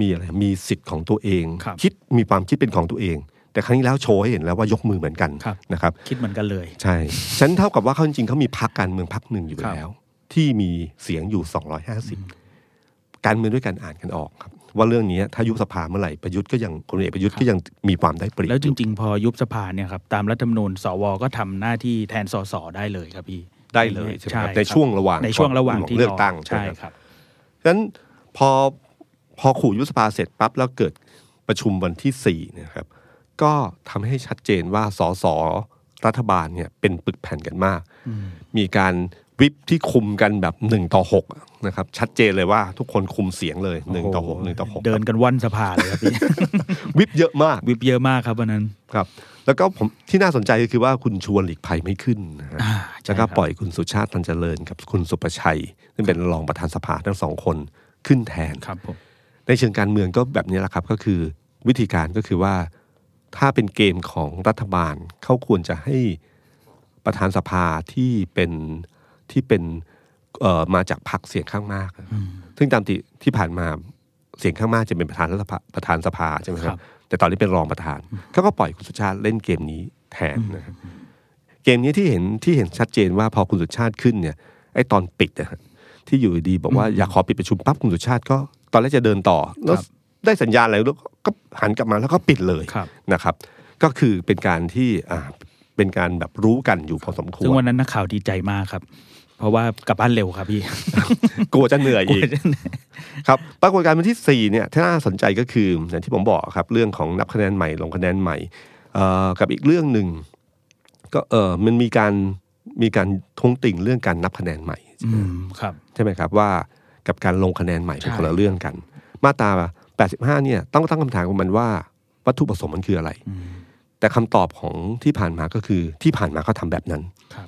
Speaker 2: มีอะไรมีสิทธิ์ของตัวเอง
Speaker 3: ครับ
Speaker 2: ดมีความคิดเป็นของตัวเอง แต่ครั้งนี้แล้วโชว์ให้เห็นแล้วว่ายกมือเหมือนกัน
Speaker 3: ครับ
Speaker 2: นะครับ
Speaker 3: คิดเหมือนกันเลย
Speaker 2: ใช่ ฉันเท่ากับว่าเขาจริงๆเขามีพักการเมืองพักหนึ่งอยู่
Speaker 3: ครับ
Speaker 2: แล้ว ที่มีเสียงอยู่ 250 การเมืองด้วยกันอ่านกันออกครับ ว่าเรื่องนี้ถ้ายุบสภาเมื่อไหร่ประยุทธ์ก็ยังคนเอกประยุทธ์ก็ยังมีความได้เปรียบ
Speaker 3: แล้วจริง ๆ พอยุบสภาเนี่ยครับตามรัฐธรรมนูญสวก็ทำหน้าที่แทนสสได้เลยครับพี่
Speaker 2: ได้เลยใช่ไหมครับในช่วงระหว่าง
Speaker 3: ในช่วงระหว่างที่
Speaker 2: เลือกตั้ง
Speaker 3: ใช่
Speaker 2: ไหมครับ
Speaker 3: ครับ
Speaker 2: ฉะนั้นพอพอขู่ยุบสภาเสร็จปั๊บแล้วเกิดประชุมวันที่สี่เนะครับ ก็ทำให้ชัดเจนว่าสสรัฐบาลเนี่ยเป็นปึกแผ่นกันมาก มีการ วิปที่คุมกันแบบหนึ่งต่อหกนะครับชัดเจนเลยว่าทุกคนคุมเสียงเลยหนึ่งต่อหกหนึ่งต่อหก
Speaker 3: เดินกันว่อนสภาเลยครับพี่
Speaker 2: วิปเยอะมาก
Speaker 3: วิบเยอะมากครับวันนั้น
Speaker 2: ครับแล้วก็ผมที่น่าสนใจก็คือว่าคุณชวนหลีกภัยไม่ขึ้นนะฮะ
Speaker 3: อ่าใช่
Speaker 2: แล้วก็
Speaker 3: ครับ
Speaker 2: ปล่อยคุณสุชาติตันเจริญกับคุณสุประชัย ซึ่งเป็นรองประธานสภาทั้งสองคนขึ้นแทน
Speaker 3: ครับผม
Speaker 2: ในเชิงการเมืองก็แบบนี้แหละครับก็คือวิธีการก็คือว่าถ้าเป็นเกมของรัฐบาลเขาควรจะให้ประธานสภาที่เป็นที่เป็นเอ่อมาจากพรรคเสียงข้างมากอะซึ่งตามที่ที่ผ่านมาเสียงข้างมากจะเป็นประธานรัฐสภาประธานสภาใช่ไหมครับ แต่ตอนนี้เป็นรองประธานเขาก็ปล่อยคุณสุชาติเล่นเกมนี้แทนนะครับเกมนี้ที่เห็นที่เห็นชัดเจนว่าพอคุณสุชาติขึ้นเนี่ยไอ้ตอนปิดนะฮะที่อยู่ดีๆบอกว่าอยากขอปิดประชุมปั๊บคุณสุชาติก็ตอนแรกจะเดินต่อแล้วได้สัญญาณอะไรแล้วก็หันกลับมาแล้วก็ปิดเลย
Speaker 3: ครับ
Speaker 2: นะครับก็คือเป็นการที่อ่าเป็นการแบบรู้กันอยู่พอสมควร
Speaker 3: ซึ่งวันนั้นนักข่าวดีใจมากครับ เพราะว่ากลับบ้านเร็วครับ พี่
Speaker 2: กลัวจะเหนื่อยอีกครับปรากฏการณ์วันที่ 4 เนี่ยที่น่าสนใจก็คืออย่างที่ผมบอกครับเรื่องของนับคะแนนใหม่ลงคะแนนใหม่เอ่อกับอีกเรื่องหนึ่งก็เออมันมีการมีการทวงติ่งเรื่องการนับคะแนนใหม่
Speaker 3: อืมครับ
Speaker 2: ใช่ไหมครับว่ากับการลงคะแนนใหม่เป็น
Speaker 3: ใช่
Speaker 2: คนละเรื่องกัน มาตรา 85 เนี่ยต้องตั้งคำถามกับมันว่า วัตถุประสงค์มันคืออะไร แต่คำตอบของที่ผ่านมาก็คือที่ผ่านมาก็ทำแบบนั้น
Speaker 3: ครับ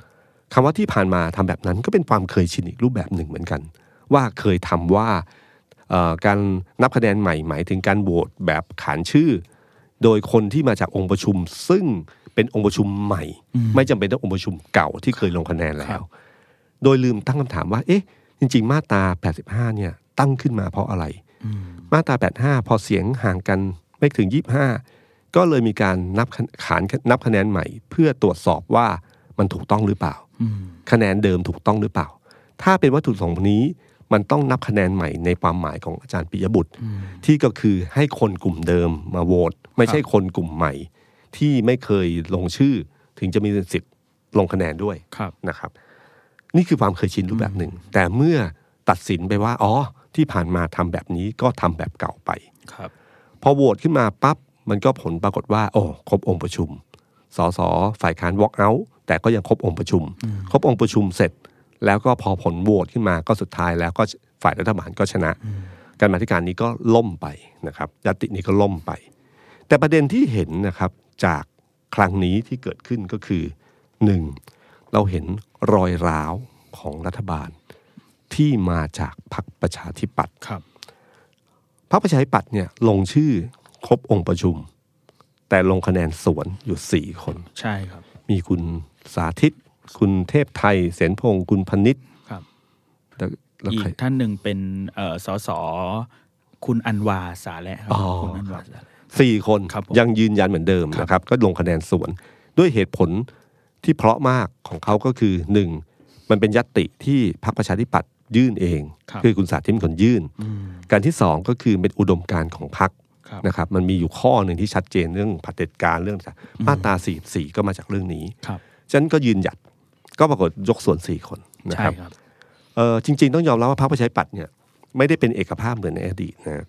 Speaker 2: คำว่าที่ผ่านมาทำแบบนั้นก็เป็นความเคยชินอีกรูปแบบหนึ่งเหมือนกัน ว่าเคยทำว่าเอ่อการนับคะแนนใหม่หมายถึงการโหวตแบบขานชื่อ โดยคนที่มาจากองค์ประชุม ซึ่งเป็นองค์ประชุมใหม่ ไม่จำเป็นต้ององค์ประชุมเก่าที่เคยลงคะแนนแล้
Speaker 3: ครั
Speaker 2: ว
Speaker 3: บ
Speaker 2: โดยลืมตั้งคำถามว่า เอ๊ะ จริง ๆ มาตรา 85 เนี่ยตั้งขึ้นมาเพราะอะไร มาตรา 85 พอเสียงห่างกันไม่ถึง 25 ก็เลยมีการนับคะขานนับคะแนนใหม่ เพื่อตรวจสอบว่ามันถูกต้องหรือเปล่า
Speaker 3: อืม
Speaker 2: คะแนนเดิมถูกต้องหรือเปล่า ถ้าเป็นวัตถุประสงค์นี้มันต้องนับคะแนนใหม่ในความหมายของอาจารย์ปิยบุตร ที่ก็คือให้คนกลุ่มเดิมมาโหวตไม่ใช่คนกลุ่มใหม่ ที่ไม่เคยลงชื่อ ถึงจะมีสิทธิ์ลงคะแนนด้วย
Speaker 3: ครับ
Speaker 2: นะครับ นี่คือความเคยชินรูปแบบหนึ่ง แต่เมื่อตัดสินไปว่าอ๋อที่ผ่านมาทำแบบนี้ก็ทำแบบเก่าไป
Speaker 3: ครับ
Speaker 2: พอโหวตขึ้นมาปั๊บ มันก็ผลปรากฏว่า โอ้ครบองค์ประชุม สสฝ่ายค้านวอล์กเอาท์แต่ก็ยังครบองค์ประชุม ครบองค์ประชุมเสร็จ แล้วก็พอผลโหวตขึ้นมาก็สุดท้ายแล้วก็ฝ่ายรัฐบาลก็ชนะ การมาธิการนี้ก็ล่มไปนะครับยตตินี้ก็ล่มไป แต่ประเด็นที่เห็นนะครับจากครั้งนี้ที่เกิดขึ้นก็คือหนึ่งเราเห็นรอยร้าวของรัฐบาล ที่มาจากพรรคประชาธิปัตย
Speaker 3: ครับ
Speaker 2: พรรคประชาธิปัตย์เนี่ยลงชื่อครบองค์ประชุม แต่ลงคะแนนสวนอยู่สี่คน
Speaker 3: ใช่ครับ
Speaker 2: มีคุณสาธิต คุณเทพไทย เสนพงศ์คุณพนิษฐ์
Speaker 3: ครับ
Speaker 2: แล้วแล้ว
Speaker 3: อีก
Speaker 2: ใคร
Speaker 3: ท่านหนึ่งเป็นเอ่อสสคุณอันวาสาแหละครับ
Speaker 2: อ๋อ
Speaker 3: คุณอันวาสาแหละ
Speaker 2: สี่คน
Speaker 3: ครับผม
Speaker 2: ยังยืนยันเหมือนเดิมนะครับ ก็ลงคะแนนสวน ด้วยเหตุผลที่เพราะมากของเขาก็คือหนึ่งมันเป็นยัตติที่พรรคประชาธิปัตย์ยื่นเอง
Speaker 3: ครับ
Speaker 2: อคุณสาธิตเป็นคนยื่น การที่สองก็คือเป็นอุดมการณ์ของพรรค
Speaker 3: ครับ
Speaker 2: นะครับมันมีอยู่ข้อหนึ่งที่ชัดเจนเรื่องผัดเด็จการเรื่องมาตรา44 ก็มาจากเรื่องนี้
Speaker 3: ครับ
Speaker 2: ฉะนันก็ยืนหยัดก็ปรากฏยกส่วน 4 คนนะ
Speaker 3: ใช่
Speaker 2: ครับ
Speaker 3: ครับ
Speaker 2: เออจริง ๆ ต้องยอมรับว่าพรรคประชาธิปัตย์เนี่ยไม่ได้เป็นเอกภาพเหมือนในอดีตนะ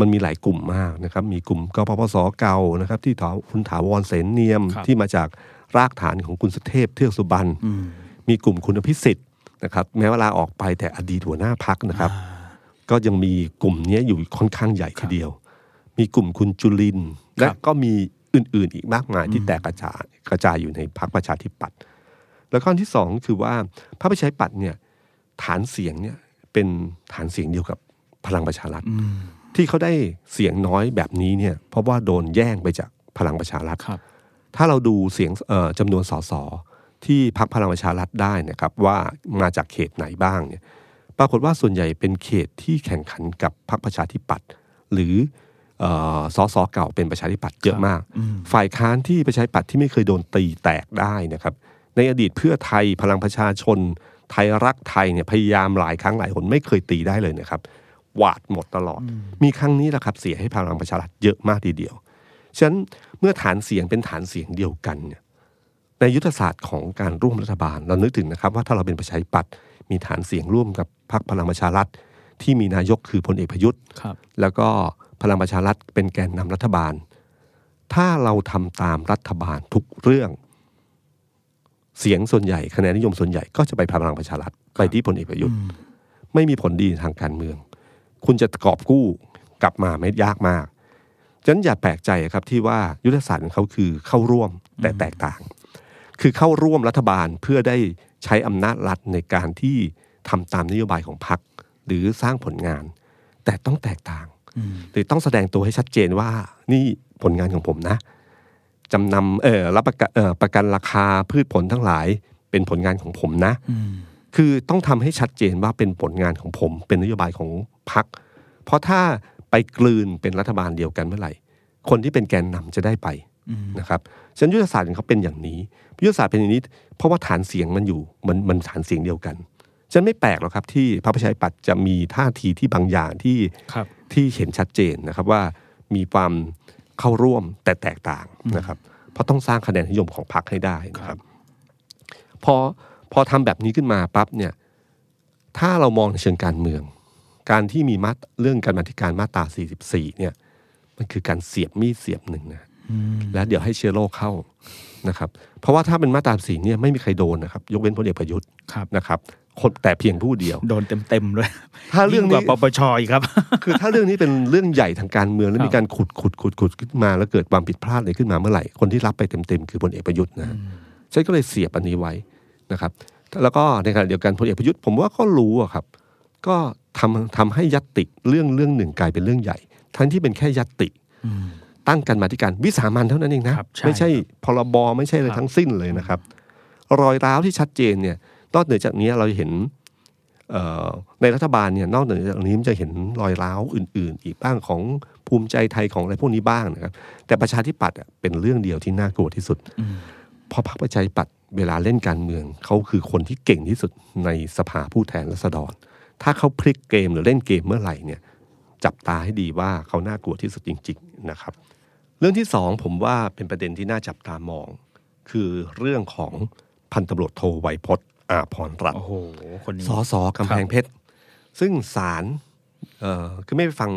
Speaker 2: มันมีหลายกลุ่มมากนะครับมีกลุ่มกปปสเก่านะครับที่ถาคุณถาวรเสนเนียม
Speaker 3: ครับ
Speaker 2: ที่มาจากรากฐานของคุณสุเทพเทือกสุบรรณ
Speaker 3: อืม
Speaker 2: มีกลุ่มคุณพิสิทธิ์นะครับแม้เวลาออกไปแต่อดีตหัวหน้าพักนะครับ ก็ยังมีกลุ่มเนี้ยอยู่ค่อนข้างใหญ่ทีเดียว มีกลุ่มคุณจุลินทร์และก็มีอื่นๆอีกมากมายที่แตกกระจายกระจายอยู่ในพรรคประชาธิปัตย์ แล้วข้อที่สองคือว่าพรรคประชาธิปัตย์เนี่ยฐานเสียงเนี่ยเป็นฐานเสียงเดียวกับพลังประชารัฐที่เขาได้เสียงน้อยแบบนี้เนี่ยเพราะว่าโดนแย่งไปจากพลังประชารัฐ
Speaker 3: ครับ
Speaker 2: ถ้าเราดูเสียงเอ่อจำนวนสสที่พักพลังประชารัฐได้นะครับว่ามาจากเขตไหนบ้างเนี่ยปรากฏว่าส่วนใหญ่เป็นเขตที่แข่งขันกับพักประชาธิปัตย์หรือเอ่อสสเก่าเป็นประชาธิปัตย์เยอะมาก ฝ่ายค้านที่ประชาธิปัตย์ที่ไม่เคยโดนตีแตกได้นะครับในอดีตเพื่อไทยพลังประชาชน ไทยรักไทยเนี่ยพยายามหลายครั้งหลายหนไม่เคยตีได้เลยนะครับหวาดหมดตลอด มีครั้งนี้แหละครับเสียให้พลังประชารัฐเยอะมากทีเดียว ฉะนั้นเมื่อฐานเสียงเป็นฐานเสียงเดียวกันเนี่ยในยุทธศาสตร์ของการร่วมรัฐบาล เรานึกถึงนะครับ ว่าถ้าเราเป็นประชาธิปัตย์มีฐานเสียงร่วมกับพรรคพลังประชารัฐ ที่มีนายกคือพลเอกประยุทธ์
Speaker 3: ครับ
Speaker 2: แล้วก็พลังประชารัฐเป็นแกนนำรัฐบาล ถ้าเราทำตามรัฐบาลทุกเรื่อง เสียงส่วนใหญ่คะแนนนิยมส่วนใหญ่ก็จะไปพลังประชารัฐไปที่พลเอกประยุทธ์ ไม่มีผลดีทางการเมือง คุณจะกอบกู้กลับมาไม่ยากมากฉะนั้นอย่าแปลกใจครับที่ว่ายุทธศาสตร์ของเขาคือเข้าร่วมแต่แตกต่าง คือเข้าร่วมรัฐบาลเพื่อได้ใช้อำนาจรัฐในการที่ทำตามนโยบายของพรรคหรือสร้างผลงาน แต่ต้องแตกต่าง
Speaker 3: อืม
Speaker 2: หรือต้องแสดงตัวให้ชัดเจนว่านี่ผลงานของผมนะจำนำเอ่อรับประกันเอ่อประกันราคาพืชผลทั้งหลายเป็นผลงานของผมนะ
Speaker 3: อืม
Speaker 2: คือต้องทำให้ชัดเจนว่าเป็นผลงานของผม เป็นนโยบายของพรรคเพราะถ้าไปกลืนเป็นรัฐบาลเดียวกันเมื่อไหร่ คนที่เป็นแกนนำจะได้ไป
Speaker 3: อืม
Speaker 2: นะครับฉะนันยุทธศาสตร์ของเขาเป็นอย่างนี้ยุทธศาสตร์เป็นอย่างนี้ เพราะว่าฐานเสียงมันอยู่มันมันฐานเสียงเดียวกันฉะนันไม่แปลกหรอกครับที่พรรคประชาธิปัตย์จะมีท่าทีที่บางอย่างที่
Speaker 3: ครับ
Speaker 2: ที่เห็นชัดเจนนะครับว่ามีความเข้าร่วมแต่แตกต่างนะครับ เพราะต้องสร้างคะแนนนิยมของพรรคให้ได้นะครับพอพอทำแบบนี้ขึ้นมาปั๊บเนี่ยถ้าเรามองในเชิงการเมือง การที่มีมาตราเรื่องการมาธิการมาตรา 44 เนี่ยมันคือการเสียบมีดเสียบหนึ่งนะแล้วเดี๋ยวให้เชื้อโรคเข้านะครับ เพราะว่าถ้าเป็นมาตราสี่เนี่ยไม่มีใครโดนนะครับ ยกเว้นพลเอกประยุทธ์
Speaker 3: ครับ
Speaker 2: นะครับคนแต่เพียงผู้เดียว
Speaker 3: โดนเต็มๆด้วย
Speaker 2: ถ้าเรื่อง
Speaker 3: ยิ่
Speaker 2: นี้
Speaker 3: กว่าปปชอีกครับ
Speaker 2: คือถ้าเรื่องนี้เป็นเรื่องใหญ่ทางการเมืองแล้วมีการขุดขุดขุดขุดขึ้นมา แล้วเกิดความผิดพลาดอะไรขึ้นมาเมื่อไหร่ คนที่รับไปเต็มๆคือพลเอกประยุทธ์นะฮะฉันก็เลยเสียบอันนี้ไว้นะครับ แล้วก็ในขณะเดียวกันพลเอกประยุทธ์ผมว่าก็รู้อะครับ ก็ทำทำให้ยัตติเรื่องเรื่องหนึ่งกลายเป็นเรื่องใหญ่ ทั้งที่เป็นแค่ยัตติ ตั้งกันมาธิการวิสามันเท่านั้นเองนะครับ
Speaker 3: ใช่
Speaker 2: ไม่ใช่พรบไม่ใช่อะไร
Speaker 3: ครับ
Speaker 2: ทั้งสิ้นเลยนะครับ รอยร้าวที่ชัดเจนเนี่ยนอกเหนือจากนี้เราเห็นเอ่อในรัฐบาลเนี่ยนอกเหนือจากนี้มันจะเห็นรอยร้าวอื่น ๆ อีกบ้างของภูมิใจไทยของอะไรพวกนี้บ้างนะครับ แต่ประชาธิปัตย์อะเป็นเรื่องเดียวที่น่ากลัวที่สุดเพราะพรรคประชาธิปัตย์เวลาเล่นการเมืองเขาคือคนที่เก่งที่สุดในสภาผู้แทนราษฎร ถ้าเขาพลิกเกมหรือเล่นเกมเมื่อไหร่เนี่ย จับตาให้ดีว่าเขาน่ากลัวที่สุดจริง ๆ นะครับ เรื่องที่สองผมว่าเป็นประเด็นที่น่าจับตามอง คือเรื่องของพันตำรวจโทไวยพจน์อาพรณ์รัตน์
Speaker 3: โอ้โห คนนี้
Speaker 2: สอสอกำแพงเพชร ซึ่งศาลเอ่อคือไม่ไปฟัง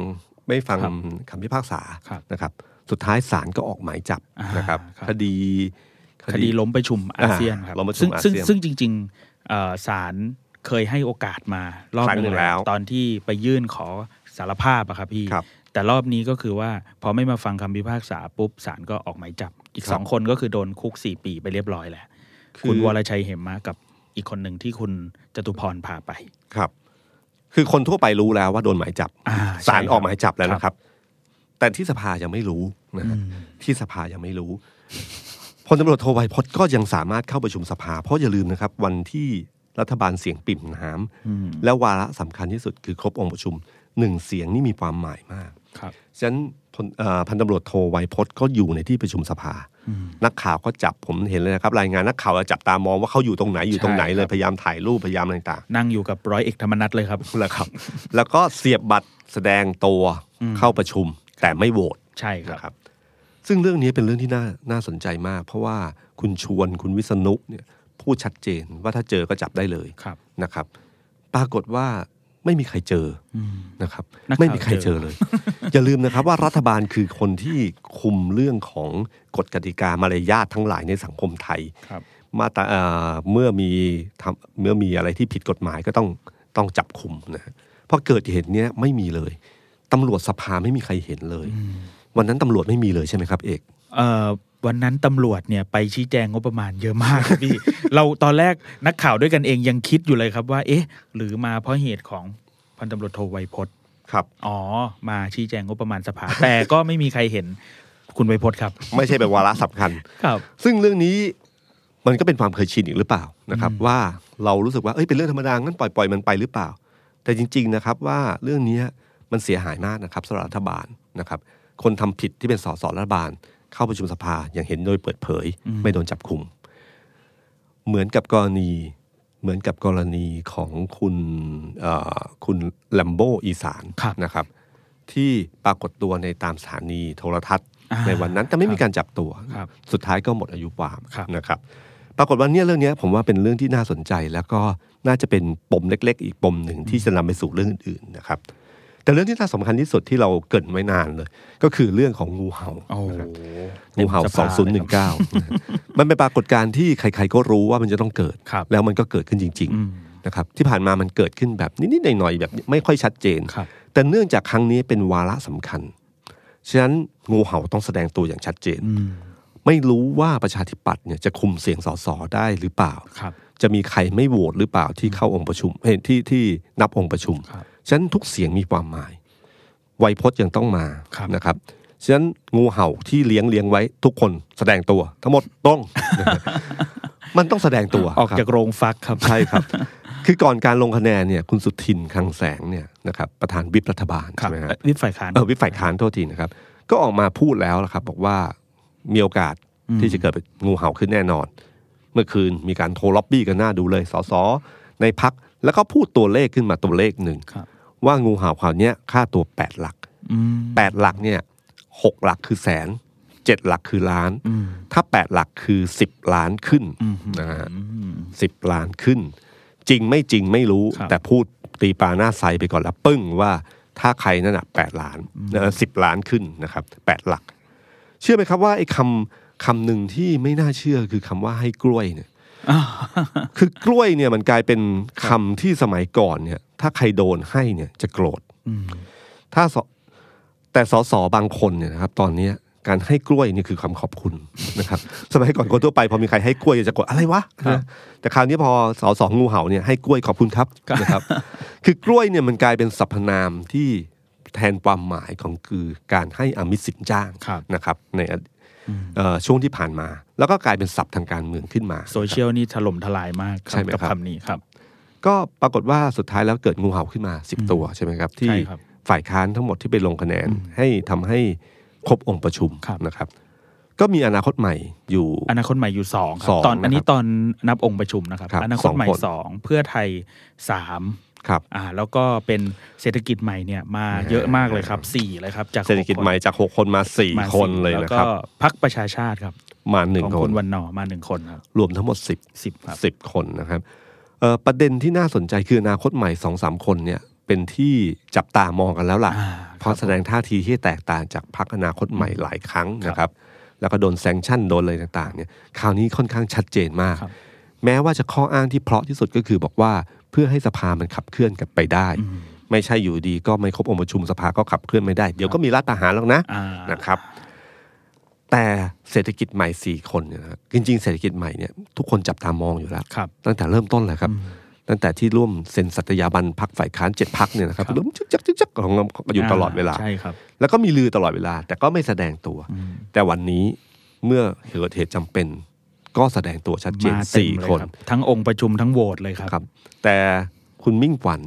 Speaker 2: ไม่ฟัง
Speaker 3: ครับ
Speaker 2: คำพิพากษา
Speaker 3: ครับ
Speaker 2: นะครับ สุดท้ายศาลก็ออกหมายจับ
Speaker 3: อ่า
Speaker 2: นะครับ
Speaker 3: ครับ
Speaker 2: คดี
Speaker 3: คดีล้มประชุมอาเซียนครับ
Speaker 2: อ่าล้มประชุม
Speaker 3: ซึ่ง
Speaker 2: อาเซียน
Speaker 3: ซึ่งซึ่งจริงๆเอ่อศาลเคยให้โอกาสมารอบ
Speaker 2: ครั้ง
Speaker 3: ห
Speaker 2: หนึ่
Speaker 3: นึ่ง
Speaker 2: ง
Speaker 3: แล้ว
Speaker 2: แล้ว
Speaker 3: ตอนที่ไปยื่นขอสารภาพอะครับพี่
Speaker 2: ครับ
Speaker 3: แต่รอบนี้ก็คือว่าพอไม่มาฟังคำพิพากษาปุ๊บศาลก็ออกหมายจับ อีก
Speaker 2: ครับ
Speaker 3: สองคนก็คือโดนคุกสี่ปีไปเรียบร้อยแล้ว
Speaker 2: คือ
Speaker 3: คุณวรชัยเหมมากับอีกคนหนึ่งที่คุณจตุพรพาไป
Speaker 2: ครับ คือคนทั่วไปรู้แล้วว่าโดนหมายจับ
Speaker 3: อ่า
Speaker 2: ศาล
Speaker 3: ใช่ครับ
Speaker 2: ออกหมายจับแล้วนะครับ แต่ที่สภายังไม่รู้นะฮะที่สภายังไม่รู้พลตำรวจโทไวยพจน์ก็ยังสามารถเข้าประชุมสภา เพราะอย่าลืมนะครับ วันที่รัฐบาลเสียงปริ่มน้ำ
Speaker 3: อืม
Speaker 2: และวาระสำคัญที่สุดคือครบองค์ประชุมหนึ่งเสียงนี่มีความหมายมาก
Speaker 3: ครับ
Speaker 2: ฉะนั้นพลเอ่อพันตำรวจโทไวยพจน์ก็อยู่ในที่ประชุมสภา นักข่าวก็จับผมเห็นเลยนะครับ รายงานนักข่าวจะจับตามองว่าเขาอยู่ตรงไหนอยู่ตรงไหนเลย
Speaker 3: ใช่ครับ
Speaker 2: พยายามถ่ายรูปพยายามอะไรต่าง
Speaker 3: นั่งอยู่กับร้อยเอกธรรมนัฐเลยครับ
Speaker 2: แหละครับ แล้วก็เสียบบัตรแสดงตัวเข้าประชุม แต่ไม่โหวต
Speaker 3: ใช่ค
Speaker 2: นะค
Speaker 3: รั
Speaker 2: รับ บ ซึ่งเรื่องนี้เป็นเรื่องที่น่าน่าสนใจมาก เพราะว่าคุณชวนคุณวิษณุเนี่ยพูดชัดเจนว่าถ้าเจอก็จับได้เลย
Speaker 3: ครับ
Speaker 2: นะครับ ปรากฏว่าไม่มีใครเจออนะครับ
Speaker 3: นักข่าว
Speaker 2: ไม่มีใครเจ
Speaker 3: เจ
Speaker 2: อ
Speaker 3: อ
Speaker 2: เลย อย่าลืมนะครับว่ารัฐบาลคือคนที่คุมเรื่องของกฎกติกามารยาททั้งหลายในสังคมไทย
Speaker 3: ครับ
Speaker 2: มาตราเอ่อเมื่อมีทำเมื่อมีอะไรที่ผิดกฎหมายก็ต้องต้องจับคุมนะฮะเพราะเกิดเหตุเนี้ยไม่มีเลยตำรวจสภาไม่มีใครเห็นเลย วันนั้นตำรวจไม่มีเลยใช่ไหมครับเอก
Speaker 3: เอ่อวันนั้นตำรวจเนี่ยไปชี้แจงงบประมาณเยอะมาก ครับพี่ เราตอนแรกนักข่าวด้วยกันเองยังคิดอยู่เลยครับว่า เอ๊ะ หรือมาเพราะเหตุของพันตำรวจโทไวยพจน์
Speaker 2: ครับ
Speaker 3: อ๋อ มาชี้แจงงบประมาณสภา แต่ก็ไม่มีใครเห็นคุณไวยพจน์ครับ
Speaker 2: ไม่ใช่เป็นวาระสำคัญ
Speaker 3: ครับ
Speaker 2: ซึ่งเรื่องนี้มันก็เป็นความเคยชินอีกหรือเปล่านะครับ ว่าเรารู้สึกว่าเอ้ยเป็นเรื่องธรรมดางั้นปล่อยปล่อยมันไปหรือเปล่า แต่จริง ๆนะครับว่าเรื่องเนี้ยมันเสียหายมากนะครับสำหรับรัฐบาลนะครับ คนทำผิดที่เป็นสสรัฐบาล เข้าประชุมสภาอย่างเห็นโดยเปิดเผย ไม่โดนจับคุม เหมือนกับกรณีเหมือนกับกรณีของคุณเอ่อคุณแลมโบอีสาน
Speaker 3: ครับ
Speaker 2: นะครับ ที่ปรากฏตัวในตามสถานีโทรทัศน์
Speaker 3: อ่า
Speaker 2: ในวันนั้นแต่ไม่มีการจับตัว
Speaker 3: ครับ
Speaker 2: สุดท้ายก็หมดอายุความ
Speaker 3: ครับ
Speaker 2: นะครับ ปรากฏว่าเนี่ยเรื่องเนี้ยผมว่าเป็นเรื่องที่น่าสนใจ แล้วก็น่าจะเป็นปมเล็ก ๆ อีกปมหนึ่งที่จะนำไปสู่เรื่องอื่นๆนะครับ แต่เรื่องที่น่าสำคัญที่สุดที่เราเกรินไว้นานเลย ก็คือเรื่องของงูเห่า
Speaker 3: โอ้โห
Speaker 2: นะครับงูเห่า
Speaker 3: ต็มภพลยครับ
Speaker 2: 2019 มันเป็นปรากฏการณ์ที่ใครๆก็รู้ว่ามันจะต้องเกิด
Speaker 3: ครับ
Speaker 2: แล้วมันก็เกิดขึ้นจริง
Speaker 3: อืม
Speaker 2: ๆ นะครับ ที่ผ่านมามันเกิดขึ้นแบบนิดๆหน่อยๆแบบไม่ค่อยชัดเจน
Speaker 3: ครับ
Speaker 2: แต่เนื่องจากครั้งนี้เป็นวาระสำคัญ ฉะนั้นงูเห่าต้องแสดงตัวอย่างชัดเจน
Speaker 3: อืม
Speaker 2: ไม่รู้ว่าประชาธิปัตย์เนี่ยจะคุมเสียงสสได้หรือเปล่า
Speaker 3: ครับ
Speaker 2: จะมีใครไม่โหวตหรือเปล่าที่เข้าองค์ประชุมเอ้ยที่ที่นับองค์ประชุม
Speaker 3: ครับ
Speaker 2: ฉะนั้นทุกเสียงมีความหมาย ไวยพจน์ยังต้องมา
Speaker 3: ครับ
Speaker 2: นะครับ ฉะนั้นงูเห่าที่เลี้ยงเลี้ยงไว้ทุกคนแสดงตัว ทั้งหมด ต้อง มันต้องแสดงตัว
Speaker 3: ออก
Speaker 2: ครับ
Speaker 3: จากโรงฟักครับ
Speaker 2: ใช่ครับ คือก่อนการลงคะแนนเนี่ยคุณสุทินคลังแสงเนี่ยนะครับประธานวิปรัฐบาล
Speaker 3: ครั
Speaker 2: ใช่ไหมฮะ
Speaker 3: วิปฝ่ายค้าน
Speaker 2: เออวิปฝ่ายค้านโทษทีนะครับ ก็ออกมาพูดแล้วนะครับ บอกว่ามีโอกาส
Speaker 3: อืม
Speaker 2: ที่จะเกิดงูเห่าขึ้นแน่นอน เมื่อคืนมีการโทรล็อบบี้กันหน้าดูเลยสสในพักแล้วก็พูดตัวเลขขึ้นมาตัวเลขหนึ่ง
Speaker 3: ครับ
Speaker 2: ว่างูเห่าคราวเนี้ยค่าตัว 8 หลัก
Speaker 3: อืม
Speaker 2: 8 หลักเนี่ยหกหลักคือแสนเจ็ดหลักคือล้าน
Speaker 3: อืม
Speaker 2: ถ้า 8 หลักคือ 10 ล้านขึ้น
Speaker 3: อืม
Speaker 2: นะฮะ
Speaker 3: อืม
Speaker 2: สิบล้านขึ้น จริงไม่จริงไม่รู้
Speaker 3: ครับ
Speaker 2: แต่พูดตีปลาหน้าไซไปก่อนแล้วปึ้งว่าถ้าใครนั่นน่ะแปดล้านสิบล้านขึ้นนะครับแปดหลัก เชื่อไหมครับว่าไอ้คำคำหนึ่งที่ไม่น่าเชื่อคือคำว่าให้กล้วยเนี่ยคือกล้วยเนี่ยมันกลายเป็นคำที่สมัยก่อนเนี่ยถ้าใครโดนให้เนี่ยจะโกรธ
Speaker 3: อืม
Speaker 2: ถ้าสแต่สสบางคนเนี่ยนะครับ ตอนเนี้ยการให้กล้วยนี่คือความขอบคุณ นะครับสมัยก่อนคนทั่วไปพอมีใครให้กล้วยจะกดอะไรวะนะแต่คราวนี้พอสสงูเห่าเนี่ยให้กล้วยขอบคุณครับนะครับ คือกล้วยเนี่ยมันกลายเป็นสรรพนามที่แทนความหมายของคือการให้อมิตรสินจ้าง
Speaker 3: ครับ
Speaker 2: นะครับ ในอดเอ่อช่วงที่ผ่านมา แล้วก็กลายเป็นศัพท์ทางการเมืองขึ้นมา
Speaker 3: โซเชียลนี่ถล่มทลายมากค
Speaker 2: ใช่
Speaker 3: รับ
Speaker 2: ไหม
Speaker 3: กับ
Speaker 2: ครับ
Speaker 3: คำนี้ครับ
Speaker 2: ก็ปรากฏว่าสุดท้ายแล้วเกิดงูเห่าขึ้นมา 10 ตัวใช่ไหมครับ ที่
Speaker 3: ใช่ครับ
Speaker 2: ฝ่ายค้านทั้งหมดที่ไปลงคะแนนให้ทำให้ครบองค์ประชุม
Speaker 3: ครับ
Speaker 2: นะครับ ก็มีอนาคตใหม่อยู่
Speaker 3: อนาคตใหม่อยู่สองครับ
Speaker 2: สอง
Speaker 3: ตอนอัน
Speaker 2: นะค
Speaker 3: นี้
Speaker 2: รับ
Speaker 3: ตอนนับองค์ประชุมนะครับ
Speaker 2: ครับ
Speaker 3: อนาคตใหม่
Speaker 2: สองคน
Speaker 3: สองเพื่อไทยสาม
Speaker 2: ครับ
Speaker 3: อ่า แล้วก็เป็นเศรษฐกิจใหม่เนี่ยมาเยอะมากเลยครับสี่เลยครับ จาก
Speaker 2: เศรษฐกิจใหม่จาก 6 คนมา
Speaker 3: มา
Speaker 2: 4 คน
Speaker 3: สี่
Speaker 2: เลย
Speaker 3: แว
Speaker 2: นะ
Speaker 3: ก็
Speaker 2: ครับ
Speaker 3: พักประชาชาติครับ
Speaker 2: มาหนึ่ง
Speaker 3: ของ
Speaker 2: ค
Speaker 3: คุ
Speaker 2: น
Speaker 3: ณวันนอมาหนึ่งคนครับ
Speaker 2: รวมทั้งหมด 10
Speaker 3: สิบครับ
Speaker 2: สิบคนนะครับเอ่อประเด็นที่น่าสนใจคืออนาคตใหม่สองสามคนเนี่ยเป็นที่จับตามองกันแล้วล่ะ
Speaker 3: อ่า
Speaker 2: เพราะแสดงท่าทีที่แตกต่างจากพรรคอนาคตใหม่หลายครั้งนะครับ แล้วก็โดนแซงชั่นโดนอะไรต่างๆเนี่ยคราวนี้ค่อนข้างชัดเจนมาก
Speaker 3: ครับ
Speaker 2: แม้ว่าจะข้ออ้างที่เพราะที่สุดก็คือบอกว่าเพื่อให้สภามันขับเคลื่อนกันไปได้ ไม่ใช่อยู่ดีก็ไม่ครบองค์ประชุมสภาก็ขับเคลื่อนไม่ได้เดี๋ยวก็มีรัฐประหารแล้วนะ
Speaker 3: อ่าน
Speaker 2: นะครับ แต่เศรษฐกิจใหม่สี่คนเนี่ยนะครับจริงๆเศรษฐกิจใหม่เนี่ยทุกคนจับตามองอยู่แล้ว
Speaker 3: ครับ
Speaker 2: ตั้งแต่เริ่มต้นเลยครับ ตั้งแต่ที่ร่วมเซ็นสัตยาบันพักฝ่ายค้านเจ็ดพักเนี่ยนะครับ
Speaker 3: ครับ
Speaker 2: ร่วมจึกจักจึกจักของเราอยู่ตลอดเวลา
Speaker 3: ใช่ครับ
Speaker 2: แล้วก็มีลือตลอดเวลา แต่ก็ไม่แสดงตัว
Speaker 3: อืม
Speaker 2: แต่วันนี้เมื่อเกิดเหตุจำเป็น ก็แสดงตัวชัดเจน
Speaker 3: มาเต็ม
Speaker 2: สี่
Speaker 3: เลย
Speaker 2: คน
Speaker 3: รับทั้งองค์ประชุมทั้งโหวตเลยครับ
Speaker 2: ครับ แต่คุณมิ่งขวัญ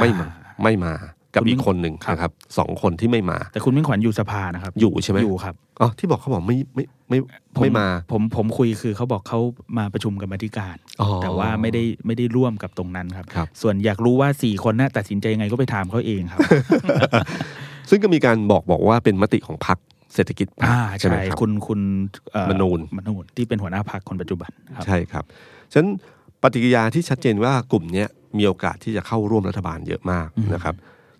Speaker 2: ไม่มาไม่มากับ
Speaker 3: คุณ
Speaker 2: อี
Speaker 3: มิ่ง
Speaker 2: กคนหนึ่ง
Speaker 3: ครับ
Speaker 2: นะครับสองคนที่ไม่มา
Speaker 3: แต่คุณมิ่งขวัญอยู่สภานะครับ
Speaker 2: อยู่ใช่ไหม
Speaker 3: อยู่ครับ
Speaker 2: อ๋อที่บอกเขาบอกไม่ไม่ไม่
Speaker 3: ผ
Speaker 2: ไม่มา
Speaker 3: ผมผมคุยคือเขาบอกเขามาประชุมกันมาธิการ
Speaker 2: อ๋อ
Speaker 3: แต่ว่าไม่ได้ไม่ได้ร่วมกับตรงนั้นครับ
Speaker 2: ครับ
Speaker 3: ส่วนอยากรู้ว่าสี่คนน่ะตัดสินใจยังไงก็ไปถามเขาเองครับ
Speaker 2: ซึ่งก็มีการบอกบอกว่าเป็นมติของพักเศรษฐกิจพรรค
Speaker 3: อ่า
Speaker 2: ใช่
Speaker 3: ใช่
Speaker 2: ไหมครับ
Speaker 3: คุณคุณเอ่อ
Speaker 2: มนูล
Speaker 3: มนูลที่เป็นหัวหน้าพรรคคนปัจจุบันครับ
Speaker 2: ใช่ครับ ฉะนั้นปฏิกิริยาที่ชัดเจนว่ากลุ่มเนี้ยมีโอกาสที่จะเข้าร่วมรัฐบาลเยอะมากนะครับ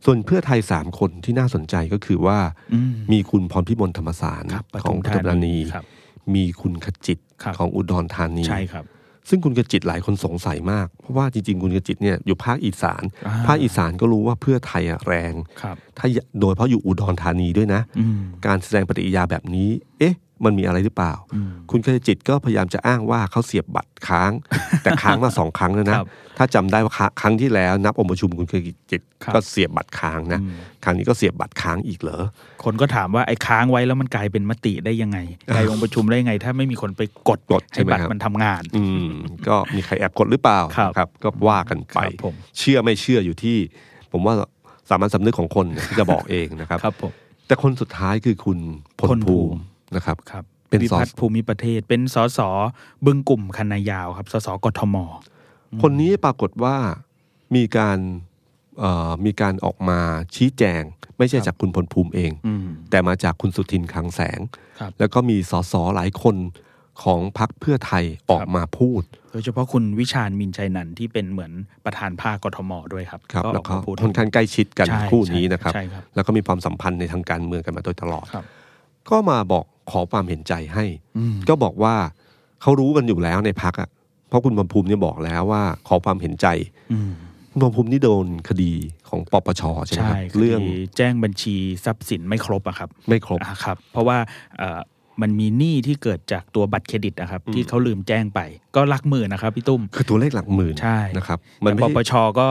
Speaker 2: ส่วนเพื่อไทย 3 คนที่น่าสนใจก็คือว่า
Speaker 3: อืม
Speaker 2: มีคุณพรพิมลธรรมสาร
Speaker 3: ครับป
Speaker 2: ของป
Speaker 3: ทุมธานี
Speaker 2: ทุมธานี
Speaker 3: ครับ
Speaker 2: มีคุณขจิต
Speaker 3: ครับ
Speaker 2: ของอุดรธานี
Speaker 3: ใช่ครับ
Speaker 2: ซึ่งคุณขจิตหลายคนสงสัยมาก เพราะว่าจริงๆ คุณขจิตเนี่ยอยู่ภาคอีสาน
Speaker 3: อ่า
Speaker 2: ภาคอีสานก็รู้ว่าเพื่อไทยอะแรง
Speaker 3: ครับ
Speaker 2: ถ้าโดยเฉพราะอยู่อุดรธานีด้วยนะ
Speaker 3: อืม
Speaker 2: การแสดงปฏิกิริยาแบบนี้ เอ๊ะ มันมีอะไรหรือเปล่า
Speaker 3: อืม
Speaker 2: คุณคจิตก็พยายามจะอ้างว่าเขาเสียบบัตรค้าง แต่ค้างมาสองครั้งแล้วนะ
Speaker 3: ครับ
Speaker 2: ถ้าจำได้ว่าครั้งครั้งที่แล้วนับองค์ประชุมคุณคจิต
Speaker 3: ครับ
Speaker 2: ก็เสียบบัตรค้างนะ ครั้งนี้ก็เสียบบัตรค้างอีกเหรอ
Speaker 3: คนก็ถามว่าไอ้ค้างไว้แล้วมันกลายเป็นมติได้ยังไงกลายองค์ประชุมได้ยังไง ถ้าไม่มีคนไปกด
Speaker 2: กดใช่
Speaker 3: ให้
Speaker 2: ไหม
Speaker 3: บัต
Speaker 2: ครั
Speaker 3: ร
Speaker 2: บ
Speaker 3: มันทำงาน
Speaker 2: อืม ก็มีใครแอบกดหรือเปล่า
Speaker 3: ครับ
Speaker 2: นะครับ ก็ว่ากันไป
Speaker 3: ครับผม
Speaker 2: เชื่อไม่เชื่ออยู่ที่ ผมว่าสามัญสำนึกของคนเนี่ยที่จะบอกเองนะครับ
Speaker 3: ครับผม
Speaker 2: แต่คนสุดท้ายคือคุณพล
Speaker 3: พล
Speaker 2: ภู
Speaker 3: ภูมิ
Speaker 2: มินะครับ
Speaker 3: ครับ
Speaker 2: เป็น
Speaker 3: วิ
Speaker 2: สอ
Speaker 3: พัฒน์ภูมิประเทศ เป็นสสบึงกลุ่มคันนายาวครับสสกทม
Speaker 2: คนนี้ปรากฏว่ามีการเอ่อมีการออกมาชี้แจง ไม่ใช่จากคุณพลภูมิเอง
Speaker 3: อืม
Speaker 2: แต่มาจากคุณสุทินคลังแสง
Speaker 3: ครับ
Speaker 2: แล้วก็มีสสหลายคน ของพรรคเพื่อไทยออกมาพูด
Speaker 3: โดยเฉพาะคุณวิชาญมินชัยนันท์ที่เป็นเหมือนประธานภาคกทมด้วยครับ
Speaker 2: ครับ
Speaker 3: ก็อ
Speaker 2: แล้ว
Speaker 3: อก
Speaker 2: ก็
Speaker 3: มาพูด
Speaker 2: ค่อนข้างใกล้ชิดกัน
Speaker 3: ใช่
Speaker 2: คู่นี้นะครับ
Speaker 3: ใช่ครับ
Speaker 2: แล้วก็มีความสัมพันธ์ในทางการเมืองกันมาโดยตลอด
Speaker 3: ครับ
Speaker 2: ก็มาบอกขอความเห็นใจให้
Speaker 3: อืม
Speaker 2: ก็บอกว่าเขารู้กันอยู่แล้วในพักอ่ะเพราะคุณบำภูมิเนี่ยบอกแล้วว่าขอความเห็นใจ
Speaker 3: อืม
Speaker 2: คุณบำภูมินี่โดนคดีของปปชใช่ไหม
Speaker 3: ใช่
Speaker 2: ครับ
Speaker 3: เรื่
Speaker 2: เรื่
Speaker 3: อ
Speaker 2: อง ง
Speaker 3: แจ้งบัญชีทรัพย์สินไม่ครบอะครับ
Speaker 2: ไม่ครบ
Speaker 3: อ่าครับ เพราะว่าเอ่อมันมีหนี้ที่เกิดจากตัวบัตรเครดิตนะครับ ที่เขาลืมแจ้งไป ก็หลักหมื่นนะครับพี่ตุ้ม
Speaker 2: คือตัวเลขหลักหมื่น
Speaker 3: ใช่
Speaker 2: นะครับ
Speaker 3: แต่ป
Speaker 2: ไม่
Speaker 3: ป
Speaker 2: ได้
Speaker 3: ชก็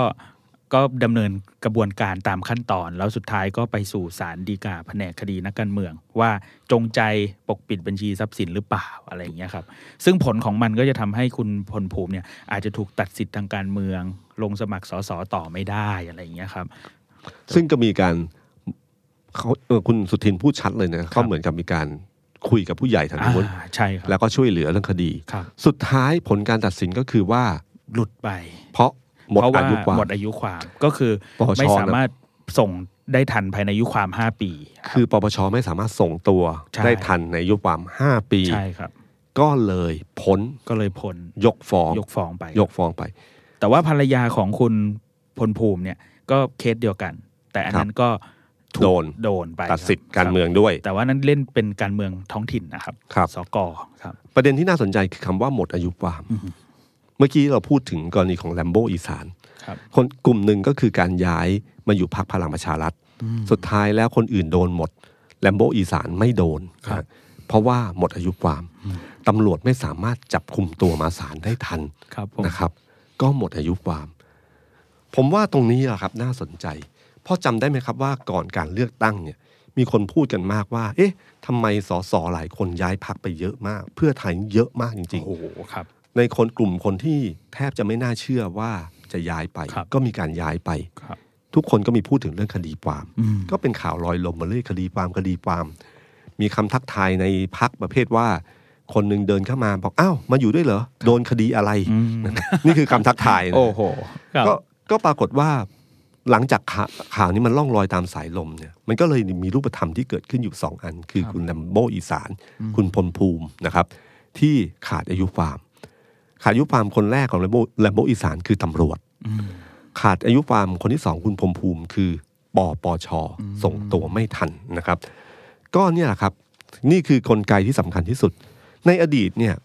Speaker 3: ก็ดำเนินกระบวนการตามขั้นตอน แล้วสุดท้ายก็ไปสู่ศาลฎีกาแผนกคดีนักการเมือง ว่าจงใจปกปิดบัญชีทรัพย์สินหรือเปล่าอะไรอย่างเงี้ยครับ ซึ่งผลของมันก็จะทำให้คุณพลภูมิเนี่ยอาจจะถูกตัดสิทธิ์ทางการเมือง ลงสมัครสสต่อไม่ได้อะไรอย่างเงี้ยครับ
Speaker 2: ซึ่งก็มีการเขาเอ่อคุณสุทินพูดชัดเลยนะเขาเหมือนกับมีการคุยกับผู้ใหญ่ทาง
Speaker 3: อ่า
Speaker 2: โน้น
Speaker 3: ใช่ครับ
Speaker 2: แล้วก็ช่วยเหลือเรื่องคดี
Speaker 3: ครับ
Speaker 2: สุดท้ายผลการตัดสินก็คือว่า
Speaker 3: หลุดไป
Speaker 2: เพราะหมด
Speaker 3: เพราะ
Speaker 2: อา
Speaker 3: ว่า
Speaker 2: ยุความ
Speaker 3: หมดอายุความก็คือ
Speaker 2: ปปช
Speaker 3: ไม่สามารถส่งได้ทันภายในอายุความห้าปี
Speaker 2: คือปปชไม่สามารถส่งตัว
Speaker 3: ใช่
Speaker 2: ได้ทันในอายุความ 5 ปี
Speaker 3: ใช่ครับ
Speaker 2: ก็เลยพ้น
Speaker 3: ก็เลยพ้น
Speaker 2: ยกฟ้อง
Speaker 3: ยกฟ้องไป
Speaker 2: ยกฟ้องไป
Speaker 3: แต่ว่าภรรยาของคุณพลภูมิเนี่ยก็เคสเดียวกัน แต่อันนั้นก็ถูก
Speaker 2: โดน
Speaker 3: โดนไป
Speaker 2: ตัดสิทธิ์
Speaker 3: ค
Speaker 2: การเมืองด้วย
Speaker 3: ครับแต่ว่านั้นเล่นเป็นการเมืองท้องถิ่นนะครับ
Speaker 2: ครับ
Speaker 3: สกครับ
Speaker 2: ประเด็นที่น่าสนใจคือคำว่าหมดอายุความ เมื่อกี้เราพูดถึงกรณีของแลมโบอีสาน
Speaker 3: ครับ
Speaker 2: คนกลุ่มหนึ่งก็คือการย้ายมาอยู่พักพลังประชารัฐ สุดท้ายแล้วคนอื่นโดนหมดแลมโบอีสานไม่โดน
Speaker 3: ครับ
Speaker 2: นะเพราะว่าหมดอายุความตำรวจไม่สามารถจับคุมตัวมาศาลได้ทัน
Speaker 3: ครับผม
Speaker 2: นะครับ ก็หมดอายุความ ผมว่าตรงนี้แหละครับน่าสนใจ เพราะจำได้ไหมครับว่าก่อนการเลือกตั้งเนี่ย มีคนพูดกันมากว่า เอ๊ะทำไมสสหลายคนย้ายพักไปเยอะมาก เพื่อไทยเยอะมากจริง
Speaker 3: โอ้โหครับ
Speaker 2: ๆ ในคนกลุ่มคนที่แทบจะไม่น่าเชื่อว่าจะย้ายไป
Speaker 3: ครับ
Speaker 2: ก็มีการย้ายไป
Speaker 3: ครับ
Speaker 2: ทุกคนก็มีพูดถึงเรื่องคดีความ
Speaker 3: อืม
Speaker 2: ก็เป็นข่าวลอยลมมาเรื่อยคดีความคดีความ มีคำทักทายในพักประเภทว่า คนหนึ่งเดินเข้ามาบอกอ้าวมาอยู่ด้วยเหรอโดนคดีอะไร
Speaker 3: อืม
Speaker 2: นี่คือคำทักทายนะ
Speaker 3: โอ้โหครับ
Speaker 2: ก็ก็ปรากฏว่า หลังจากข่าข่าวนี้มันล่องลอยตามสายลมเนี่ยมันก็เลยมีรูปธรรมที่เกิดขึ้นอยู่สองอัน คือคุณแลมโบอีสาน คุณพลภูมินะครับ ที่ขาดอายุความ ขาดอายุความคนแรกของแลมโบแลมโบอีสานคือตำรวจ
Speaker 3: อืม
Speaker 2: ขาดอายุความคนที่สองคุณพรหมภูมิคือปอปอชอส่งตัวไม่ทันนะครับ ก็เนี่ยแหละครับ นี่คือกลไกที่สำคัญที่สุด ในอดีตเนี่ย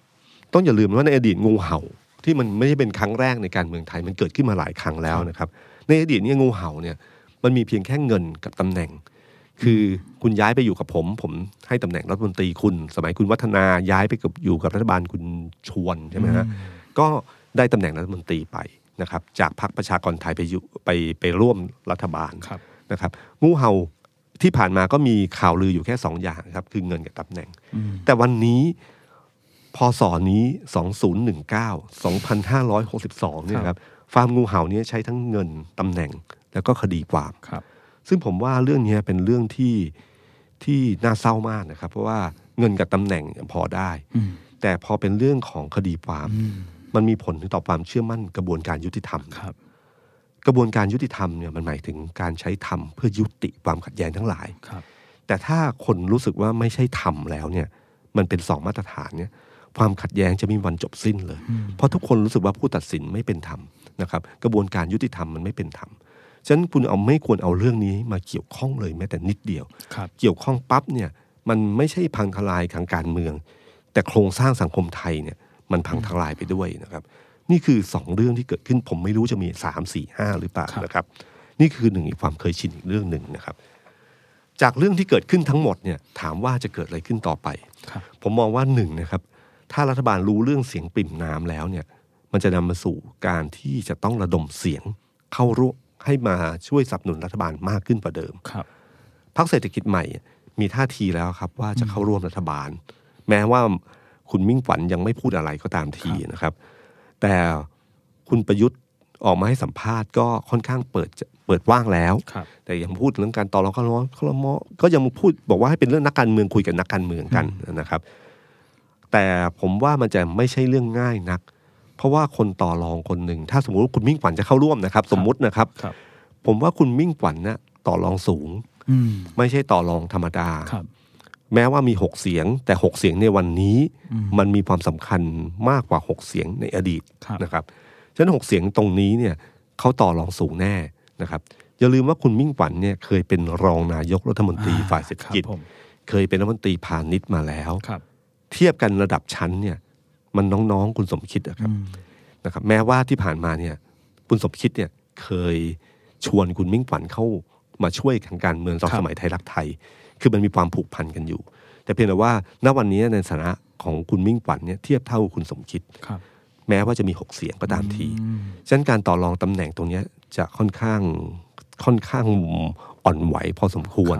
Speaker 2: ต้องอย่าลืมว่าในอดีตงูเห่า ที่มันไม่ได้เป็นครั้งแรกในการเมืองไทยมันเกิดขึ้นมาหลายครั้งแล้วนะครับ ในอดีตเนี่ยงูเห่าเนี่ย มันมีเพียงแค่เงินกับตำแหน่ง คือคุณย้ายไปอยู่กับผม ผมให้ตำแหน่งรัฐมนตรีคุณ สมัยคุณวัฒนาย้ายไปกับอยู่กับรัฐบาลคุณชวนใช่ไหมฮะ ก็ได้ตำแหน่งรัฐมนตรีไปนะครับ จากพรรคประชากรไทยไปอยู่ไปไปร่วมรัฐบาล
Speaker 3: ครับ
Speaker 2: นะครับงูเห่าที่ผ่านมาก็มีข่าวลืออยู่แค่สองอย่างครับ คือเงินกับตำแหน่ง
Speaker 3: อืม
Speaker 2: แต่วันนี้พศนี้ 2019 2562เนี่ยครับฟาร์มงูเห่าเนี้ใช้ทั้งเงินตำแหน่งแล้วก็คดีความ
Speaker 3: ครับ
Speaker 2: ซึ่งผมว่าเรื่องเนี้ยเป็นเรื่องที่ที่น่าเศร้ามากนะครับ เพราะว่าเงินกับตำแหน่งพอได้
Speaker 3: อืม
Speaker 2: แต่พอเป็นเรื่องของคดีความ
Speaker 3: อืม
Speaker 2: มันมีผลถึงต่อความเชื่อมั่นกระบวนการยุติธรรม
Speaker 3: ครับ
Speaker 2: กระบวนการยุติธรรมเนี่ยมันหมายถึงการใช้ธรรมเพื่อยุติความขัดแย้งทั้งหลาย
Speaker 3: ครับ
Speaker 2: แต่ถ้าคนรู้สึกว่าไม่ใช่ธรรมแล้วเนี่ย มันเป็นสองมาตรฐานเนี่ยความขัดแย้งจะไมมีวันจบสิ้นเลย เพราะทุกคนรู้สึกว่าผู้ตัดสินไม่เป็นธรรมนะครับ กระบวนการยุติธรรมมันไม่เป็นธรรมฉะนั้นคุณเอาไม่ควรเอาเรื่องนี้มาเกี่ยวข้องเลยแม้แต่นิดเดียว
Speaker 3: ครับ
Speaker 2: เกี่ยวข้องปั๊บเนี่ยมันไม่ใช่พังทลายทางการเมือง แต่โครงสร้างสังคมไทยเนี่ยมันพังทลายไปด้วยนะครับ นี่คือสองเรื่องที่เกิดขึ้นผมไม่รู้จะมีสามสี่ห้าหรือเปล่านะครับ นี่คือหนึ่งอีกความเคยชินอีกเรื่องหนึ่งนะครับ จากเรื่องที่เกิดขึ้นทั้งหมดเนี่ยถามว่าจะเกิดอะไรขึ้นต่อไป
Speaker 3: ครับ
Speaker 2: ผมมองว่าหนึ่งนะครับ ถ้ารัฐบาลรู้เรื่องเสียงปริ่มน้ำแล้วเนี่ย มันจะนำมาสู่การที่จะต้องระดมเสียงเข้าร่วมให้มาช่วยสนับสนุนรัฐบาลมากขึ้นกว่าเดิม
Speaker 3: ครับ
Speaker 2: พรรคเศรษฐกิจใหม่มีท่าทีแล้วครับว่าจะเข้าร่วมรัฐบาล แม้ว่าคุณมิ่งขวัญยังไม่พูดอะไรก็ตามทีนะครับ แต่คุณประยุทธ์ออกมาให้สัมภาษณ์ก็ค่อนข้างเปิดเปิดว่างแล้ว
Speaker 3: ครับ
Speaker 2: แต่ยังพูดเรื่องการต่อรองข้อร้องข้อมอก็ยังพูดบอกว่าให้เป็นเรื่องนักการเมืองคุยกับนักการเมืองกันนะครับ แต่ผมว่ามันจะไม่ใช่เรื่องง่ายนัก เพราะว่าคนต่อรองคนหนึ่งถ้าสมมติว่าคุณมิ่งขวัญจะเข้าร่วมนะครับ สมมุตินะครับ
Speaker 3: ครับ
Speaker 2: ผมว่าคุณมิ่งขวัญน่ะต่อรองสูง
Speaker 3: อืม
Speaker 2: ไม่ใช่ต่อรองธรรมดา
Speaker 3: ครับ
Speaker 2: แม้ว่ามี 6 เสียง แต่ 6 เสียงในวันนี้ มันมีความสำคัญมากกว่า 6 เสียงในอดีต
Speaker 3: ครับ
Speaker 2: นะครับฉะนั้น 6 เสียงตรงนี้เนี่ยเขาต่อรองสูงแน่นะครับอย่าลืมว่าคุณมิ่งขวัญเนี่ยเคยเป็นรองนายกรัฐมนตรีฝ่ายเศรษฐกิจ
Speaker 3: ครับผม
Speaker 2: เคยเป็นรัฐมนตรีพาณิชย์มาแล้ว
Speaker 3: ครับ
Speaker 2: เทียบกันระดับชั้นเนี่ยมันน้องๆคุณสมคิดอะครับ
Speaker 3: อืม
Speaker 2: นะครับแม้ว่าที่ผ่านมาเนี่ยคุณสมคิดเนี่ยเคยชวนคุณมิ่งขวัญเข้ามาช่วยทางการเมืองตอน
Speaker 3: ครับ
Speaker 2: สมัยไทยรักไทย คือมันมีความผูกพันกันอยู่ แต่เพียงแต่ว่าณวันนี้ในฐานะของคุณมิ่งขวัญเนี่ยเทียบเท่าคุณสมคิด
Speaker 3: ครับ
Speaker 2: แม้ว่าจะมี 6 เสียงก็ตามที
Speaker 3: อืม
Speaker 2: ฉะนั้นการต่อรองตำแหน่งตรงเนี้ยจะค่อนข้างค่อนข้างอ่อนไหวพอสมควร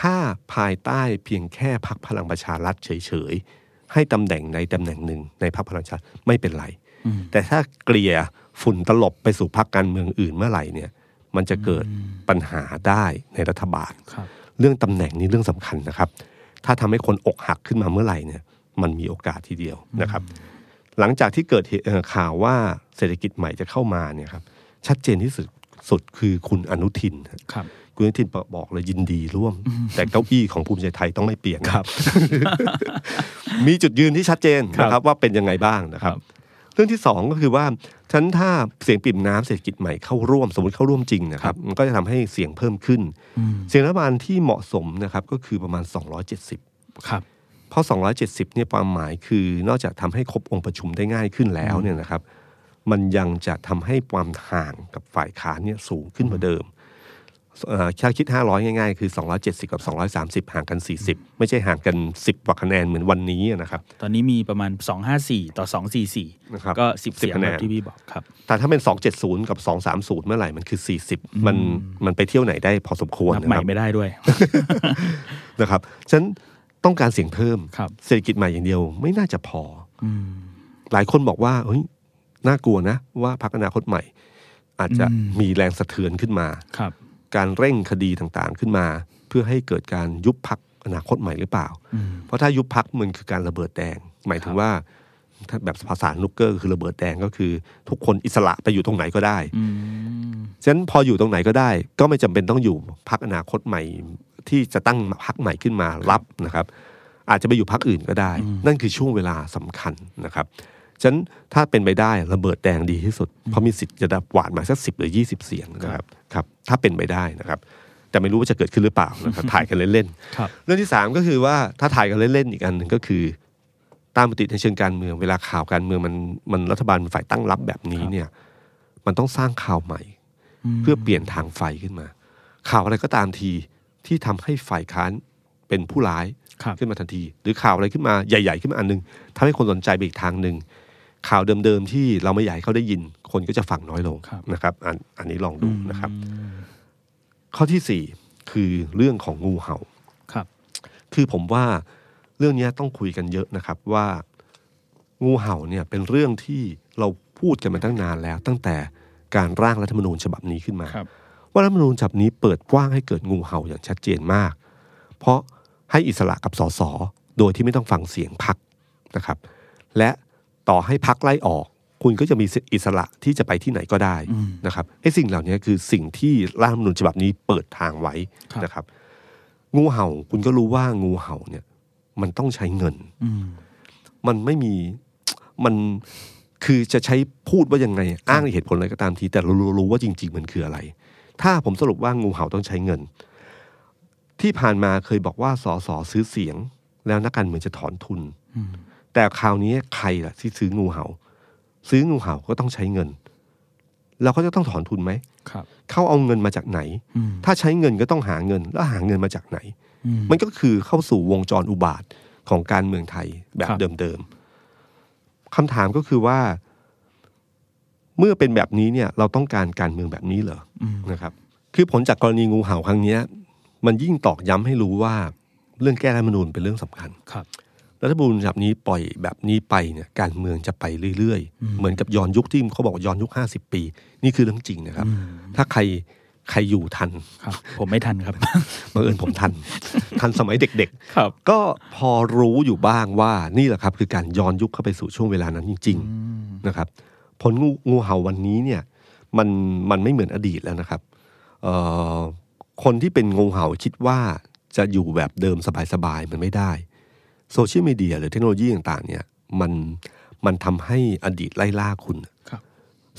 Speaker 2: ถ้าภายใต้เพียงแค่พักพลังประชารัฐเฉยๆให้ตำแหน่งในตำแหน่งหนึ่งในพักพลังประชารัฐไม่เป็นไร
Speaker 3: อืม
Speaker 2: แต่ถ้าเกลี่ยฝุ่นตลบไปสู่พรรคการเมืองอื่นเมื่อไหร่เนี่ย มันจะเกิดปัญหาได้ในรัฐบาล
Speaker 3: ครับ
Speaker 2: เรื่องตำแหน่งนี้เรื่องสำคัญนะครับ ถ้าทำให้คนอกหักขึ้นมาเมื่อไหร่เนี่ย มันมีโอกาสทีเดียวนะครับ หลังจากที่เกิดเหตุเอ่อข่าวว่าเศรษฐกิจใหม่จะเข้ามาเนี่ยครับ ชัดเจนที่สุดสุดคือคุณอนุทินฮะ
Speaker 3: ครับ
Speaker 2: คุณอนุทินบอกเลยยินดีร่วม แต่เก้าอี้ของภูมิใจไทยต้องไม่เปลี่ยนนะครับ มีจุดยืนที่ชัดเจนนะค
Speaker 3: ครั
Speaker 2: รับบ ว่าเป็นยังไงบ้างนะครับ เรื่องที่สองก็คือว่าฉันถ้าเสียงปริ่มน้ำเศรษฐกิจใหม่เข้าร่วม สมมติเข้าร่วมจริงนะครับมันก็จะทำให้เสียงเพิ่มขึ้น
Speaker 3: อืม
Speaker 2: เสียงรัฐบาลที่เหมาะสมนะครับก็คือประมาณ 270
Speaker 3: ครับ
Speaker 2: เพราะ 270เนี่ยความหมายคือนอกจากทำให้ครบองค์ประชุมได้ง่ายขึ้นแล้วเนี่ยนะครับ มันยังจะทำให้ความห่างกับฝ่ายค้านเนี่ยสูงขึ้นกว่าเดิมเอ่อถ้าคิด 500 ง่ายๆ คือ 270 กับ 230 ห่างกัน 40 ไม่ใช่ห่างกัน 10กว่าคะแนนเหมือนวันนี้นะครับ
Speaker 3: ตอนนี้มีประมาณสองห้าสี่ต่อสองสี่สี่
Speaker 2: นะครับ
Speaker 3: ก็สิบ
Speaker 2: 10
Speaker 3: เสียง
Speaker 2: คะแน
Speaker 3: แบ
Speaker 2: น
Speaker 3: บที่พี่บอกครับ
Speaker 2: แต่ถ้าเป็น 270 กับ 230 เมื่อไหร่ มันคือ 40 มันมันไปเที่ยวไหนได้พอสมควร
Speaker 3: นับ
Speaker 2: นะค
Speaker 3: ใหม่
Speaker 2: รับ
Speaker 3: ไม่ได้ ด้วย
Speaker 2: นะครับฉะนันต้องการเสียงเพิ่ม
Speaker 3: ครับ
Speaker 2: เศรษฐกิจใหม่อย่างเดียวไม่น่าจะพอ
Speaker 3: อืม
Speaker 2: หลายคนบอกว่าเฮ้ยน่ากลัวนะ ว่าพรรคอนาคตใหม่ อาจจะ
Speaker 3: อืม
Speaker 2: มีแรงสะเทือนขึ้นมา
Speaker 3: ครับ
Speaker 2: การเร่งคดีต่างๆขึ้นมา เพื่อให้เกิดการยุบพักอนาคตใหม่หรือเปล่า
Speaker 3: อืม
Speaker 2: เพราะถ้ายุบพักมันคือการระเบิดแดง หมายถึงว่าถ้าแบบภาษานุกเกอร์คือระเบิดแดงก็คือ ทุกคนอิสระไปอยู่ตรงไหนก็ได้
Speaker 3: อืม
Speaker 2: ฉะนั้นพออยู่ตรงไหนก็ได้ ก็ไม่จำเป็นต้องอยู่พักอนาคตใหม่ที่จะตั้งพักใหม่ขึ้นมารับนะครับ อาจจะไปอยู่พักอื่นก็ได้ นั่นคือช่วงเวลาสำคัญนะครับฉะนั้นถ้าเป็นไปได้ระเบิดแดงดีที่สุด เพราะมีสิทธิ์จะได้หวานมาสักสิบหรือยี่สิบเสียงนะครับครับถ้าเป็นไปได้นะครับ แต่ไม่รู้ว่าจะเกิดขึ้นหรือเปล่านะครับ ถ่ายกันเล่นๆ
Speaker 3: ครับ
Speaker 2: เรื่องที่สามก็คือว่าถ้าถ่ายกันเล่นๆอีกอันหนึ่งก็คือ ตามปฏิในเชิงการเมืองเวลาข่าวการเมืองมันมันรัฐบาลมันฝ่ายตั้งรับแบบนี้เนี่ย มันต้องสร้างข่าวใหม่
Speaker 3: อืม
Speaker 2: เพื่อเปลี่ยนทางไฟขึ้นมา ข่าวอะไรก็ตามทีที่ทำให้ฝ่ายค้านเป็นผู้ร้าย
Speaker 3: ครับ
Speaker 2: ขึ้นมาทันที หรือข่าวอะไรขึ้นมาใหญ่ ๆ ขึ้นมาอันหนึงทำให้คนสนใจไปอีกทางหนึ่งข่าวเดิมๆที่เราไม่อยากให้เขาได้ยิน คนก็จะฟังน้อยลง
Speaker 3: ครับ
Speaker 2: นะครับอันอันนี้ลองดูนะครับ
Speaker 3: อืม
Speaker 2: ข้อที่สี่คือเรื่องของงูเห่า
Speaker 3: ครับ
Speaker 2: คือผมว่าเรื่องเนี้ยต้องคุยกันเยอะนะครับว่างูเห่าเนี่ยเป็นเรื่องที่เราพูดกันมาตั้งนานแล้ว ตั้งแต่การร่างรัฐธรรมนูญฉบับนี้ขึ้นมา
Speaker 3: ครับ
Speaker 2: ว่ารัฐธรรมนูญฉบับนี้เปิดกว้างให้เกิดงูเห่าอย่างชัดเจนมาก เพราะให้อิสระกับสสโดยที่ไม่ต้องฟังเสียงพักนะครับ และต่อให้พักไล่ออก คุณก็จะมีสิทธิอิสระที่จะไปที่ไหนก็ได้นะครับไอ้สิ่งเหล่านี้คือสิ่งที่รัฐธรรมนูญฉบับนี้เปิดทางไว้
Speaker 3: ครับ
Speaker 2: นะครับ งูเห่าคุณก็รู้ว่างูเห่าเนี่ย มันต้องใช้เงิน
Speaker 3: อืม
Speaker 2: มันไม่มี มันคือจะใช้พูดว่ายังไง อ้างเหตุผลอะไรก็ตามที แต่เรารู้รู้ว่าจริง ๆ มันคืออะไร ถ้าผมสรุปว่างูเห่าต้องใช้เงิน ที่ผ่านมาเคยบอกว่าสอสอซื้อเสียง แล้วนักการเมืองจะถอนทุน
Speaker 3: อืม
Speaker 2: แต่คราวนี้ใครล่ะที่ซื้องูเห่า ซื้องูเห่าก็ต้องใช้เงิน แล้วเขาจะต้องถอนทุนไหม
Speaker 3: ครับ
Speaker 2: เขาเอาเงินมาจากไหน
Speaker 3: อืม
Speaker 2: ถ้าใช้เงินก็ต้องหาเงิน แล้วหาเงินมาจากไหน
Speaker 3: อืม
Speaker 2: มันก็คือเข้าสู่วงจรอุบาทของการเมืองไทยแบบ
Speaker 3: ครับ
Speaker 2: เดิมๆคำถามก็คือว่า เมื่อเป็นแบบนี้เนี่ย เราต้องการการเมืองแบบนี้เหรอ
Speaker 3: อืม
Speaker 2: นะครับ คือผลจากกรณีงูเห่าครั้งเนี้ย มันยิ่งตอกย้ำให้รู้ว่า เรื่องแก้รัฐธรรมนูญเป็นเรื่องสำคัญ
Speaker 3: ครับ
Speaker 2: รัฐธรรมนูญฉบับนี้ปล่อยแบบนี้ไปเนี่ยการเมืองจะไปเรื่อยๆ เหมือนกับย้อนยุคที่เขาบอกว่าย้อนยุคห้าสิบปี นี่คือเรื่องจริงนะครับ ถ้าใครใครอยู่ทัน
Speaker 3: ครับ ผมไม่ทันครับ
Speaker 2: บังเอิญผมทัน ทันสมัยเด็ก ๆ
Speaker 3: ครับ
Speaker 2: ก็พอรู้อยู่บ้างว่านี่แหละครับ คือการย้อนยุคเข้าไปสู่ช่วงเวลานั้นจริง ๆนะครับ ผลงูงูเห่าวันนี้เนี่ย มันมันไม่เหมือนอดีตแล้วนะครับเอ่อคนที่เป็นงูเห่าคิดว่า จะอยู่แบบเดิมสบายๆมันไม่ได้โซเชียลมีเดียหรือเทคโนโลยีต่างๆ เนี่ย มันมันทำให้อดีตไล่ล่าคุณ
Speaker 3: ครับ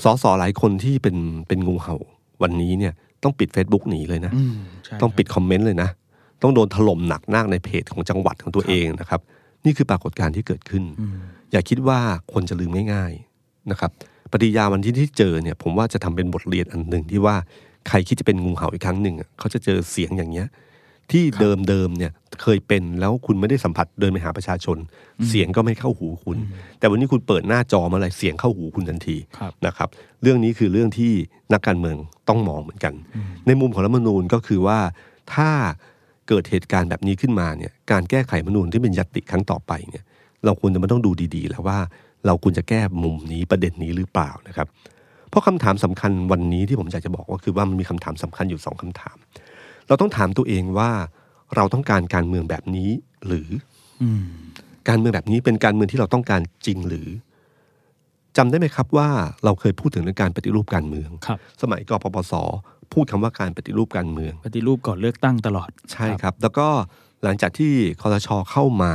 Speaker 2: สอสอหลายคนที่เป็นเป็นงูเห่าวันนี้เนี่ยต้องปิด Facebook หนีเลยนะ
Speaker 3: อืมใช่ครับ
Speaker 2: ต้องปิดคอมเมนต์เลยนะ ต้องโดนถล่มหนักหน้าในเพจของจังหวัดของตัวเองนะครับ นี่คือปรากฏการณ์ที่เกิดขึ้น
Speaker 3: อืม
Speaker 2: อย่าคิดว่าคนจะลืมง่ายๆนะครับ ปฏิยาวันที่ที่เจอเนี่ย ผมว่าจะทำเป็นบทเรียนอันหนึ่งที่ว่าใครคิดจะเป็นงูเห่าอีกครั้งหนึ่งอะเขาจะเจอเสียงอย่างเงี้ย ที่เดิมๆเนี่ยเคยเป็นแล้วคุณไม่ได้สัมผัสเดินไปหาประชาชน เสียงก็ไม่เข้าหูคุณ แต่วันนี้คุณเปิดหน้าจอมาอะไรเสียงเข้าหูคุณทันที
Speaker 3: ครับ
Speaker 2: นะครับเรื่องนี้คือเรื่องที่นักการเมืองต้องมองเหมือนกัน ในมุมของรัฐธรรมนูญก็คือว่าถ้าเกิดเหตุการณ์แบบนี้ขึ้นมาเนี่ยการแก้ไขรัฐธรรมนูญที่เป็นยตติครั้งต่อไปเนี่ยเราควรจะมาต้องดูดีๆ แล้วว่าเราควรจะแก้มุมนี้ประเด็นนี้หรือเปล่านะครับเพราะคำถามสำคัญวันนี้ที่ผมอยากจะบอกก็คือว่ามันมีคำถามสำคัญอยู่สองคำถาม เราต้องถามตัวเองว่าเราต้องการการเมืองแบบนี้หรือ
Speaker 3: อืม
Speaker 2: การเมืองแบบนี้เป็นการเมืองที่เราต้องการจริงหรือจำได้ไหมครับว่าเราเคยพูดถึงเรื่องการปฏิรูปการเมือง
Speaker 3: ครับ
Speaker 2: สมัยกปปสพูดคำว่าการปฏิรูปการเมือง
Speaker 3: ปฏิรูปก่อนเลือกตั้งตลอด
Speaker 2: ใช่ครับ แล้วก็หลังจากที่คอสชเข้ามา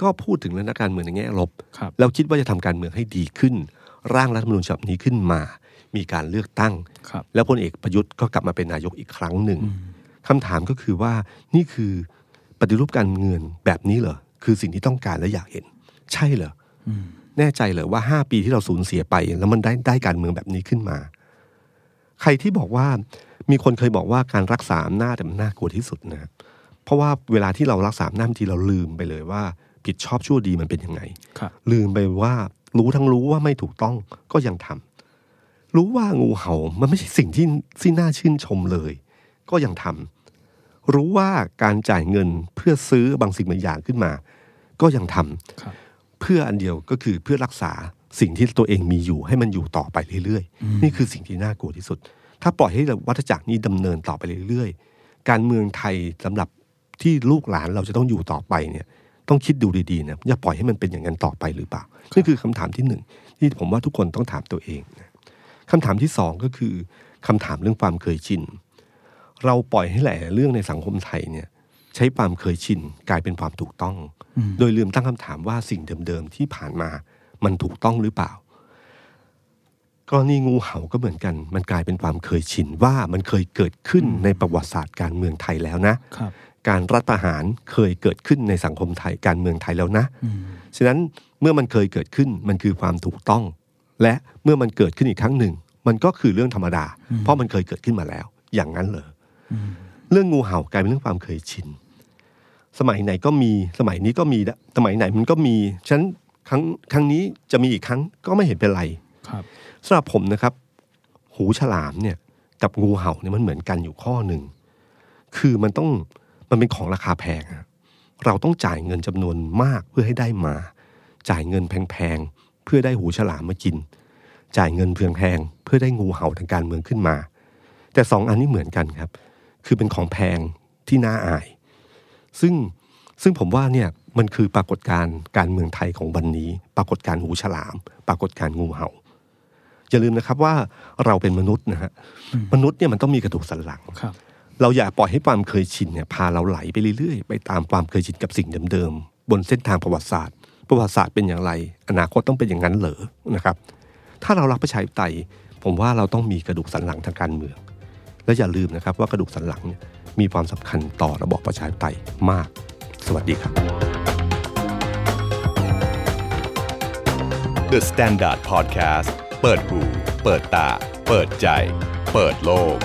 Speaker 2: ก็พูดถึงเรื่องนักการเมืองในแง่ลบ
Speaker 3: ครับ
Speaker 2: แล้วคิดว่าจะทำการเมืองให้ดีขึ้น ร่างรัฐธรรมนูญฉบับนี้ขึ้นมา มีการเลือกตั้ง
Speaker 3: ครับ
Speaker 2: แล้วพลเอกประยุทธ์ก็กลับมาเป็นนายกอีกครั้งหนึ่งคำถามก็คือว่านี่คือปฏิรูปการเงินแบบนี้เหรอคือสิ่งที่ต้องการและอยากเห็น ใช่เหรออแน่ใจเหรอว่าห้าปีที่เราสูญเสียไป แล้วมันได้ได้การเมืองแบบนี้ขึ้นมา ใครที่บอกว่ามีคนเคยบอกว่าการรักษาอำนาจแต่ยมันน่ากลัวที่สุดนะครับเพราะว่าเวลาที่เรารักษาอำนาจบางทีเราลืมไปเลยว่า ผิดชอบชั่วดีมันเป็นยังไง
Speaker 3: ครับ
Speaker 2: ลืมไปว่ารู้ทั้งรู้ว่าไม่ถูกต้องก็ยังทำรู้ว่างูเห่ามันไม่ใช่สิ่งที่ที่น่าชื่นชมเลย ก็ยังทำรู้ว่าการจ่ายเงินเพื่อซื้อบางสิ่งบางอย่างขึ้นมา ก็ยังทำ
Speaker 3: ครับ
Speaker 2: เพื่ออันเดียวก็คือเพื่อรักษาสิ่งที่ตัวเองมีอยู่ให้มันอยู่ต่อไปเรื่อยๆ นี่คือสิ่งที่น่ากลัวที่สุด ถ้าปล่อยให้วัฏจักรนี้ดำเนินต่อไปเรื่อยๆ การเมืองไทยสำหรับที่ลูกหลานเราจะต้องอยู่ต่อไปเนี่ย ต้องคิดดูดีๆนะอย่าปล่อยให้มันเป็นอย่างนั้นต่อไปหรือเปล่านี่คือคำถามที่หนึ่งที่ผมว่าทุกคนต้องถามตัวเองนะคำถามที่สองก็คือคำถามเรื่องความเคยชิน เราปล่อยให้หลายๆเรื่องในสังคมไทยเนี่ย ใช้ความเคยชินกลายเป็นความถูกต้อง โดยลืมตั้งคำถามว่าสิ่งเดิมๆที่ผ่านมา มันถูกต้องหรือเปล่า กรณีงูเห่าก็เหมือนกัน มันกลายเป็นความเคยชินว่ามันเคยเกิดขึ้นในประวัติศาสตร์การเมืองไทยแล้วนะ
Speaker 3: ครับ
Speaker 2: การรัฐประหารเคยเกิดขึ้นในสังคมไทยการเมืองไทยแล้วนะ ฉะนั้นเมื่อมันเคยเกิดขึ้นมันคือความถูกต้อง และเมื่อมันเกิดขึ้นอีกครั้งหนึ่ง มันก็คือเรื่องธรรมดา เพราะมันเคยเกิดขึ้นมาแล้ว อย่างนั้นเหรออเรื่องงูเห่ากลายเป็นเรื่องความเคยชิน สมัยไหนก็มีสมัยนี้ก็มีนะสมัยไหนมันก็มีฉะนันครั้งครั้งนี้จะมีอีกครั้งก็ไม่เห็นเป็นไร
Speaker 3: ครับ
Speaker 2: สำหรับผมนะครับ หูฉลามเนี่ยกับงูเห่าเนี่ยมันเหมือนกันอยู่ข้อหนึ่ง คือมันต้องมันเป็นของราคาแพงอะเราต้องจ่ายเงินจำนวนมากเพื่อให้ได้มา จ่ายเงินแพงๆ เพื่อได้หูฉลามมากิน จ่ายเงินเพียงแพงเพื่อได้งูเห่าทางการเมืองขึ้นมา แต่สองอันนี้เหมือนกันครับ คือเป็นของแพงที่น่าอาย ซึ่งซึ่งผมว่าเนี่ยมันคือปรากฏการณ์การเมืองไทยของวันนี้ ปรากฏการณ์หูฉลาม ปรากฏการณ์งูเห่า อย่าลืมนะครับว่าเราเป็นมนุษย์นะฮะมนุษย์เนี่ยมันต้องมีกระดูกสันหลัง
Speaker 3: ครับ
Speaker 2: เราอย่าปล่อยให้ความเคยชินเนี่ยพาเราไหลไปเรื่อยๆ ไปตามความเคยชินกับสิ่งเดิมๆ บนเส้นทางประวัติศาสตร์ ประวัติศาสตร์เป็นอย่างไร อนาคตต้องเป็นอย่างนั้นเหรอนะครับ ถ้าเรารักประชาธิปไตย ผมว่าเราต้องมีกระดูกสันหลังทางการเมือง และอย่าลืมนะครับว่ากระดูกสันหลังเนี่ยมีความสำคัญต่อระบอบประชาธิปไตยมาก สวัสดีครับ
Speaker 1: The Standard Podcast เปิดหูเปิดตา เปิดใจ เปิดโลก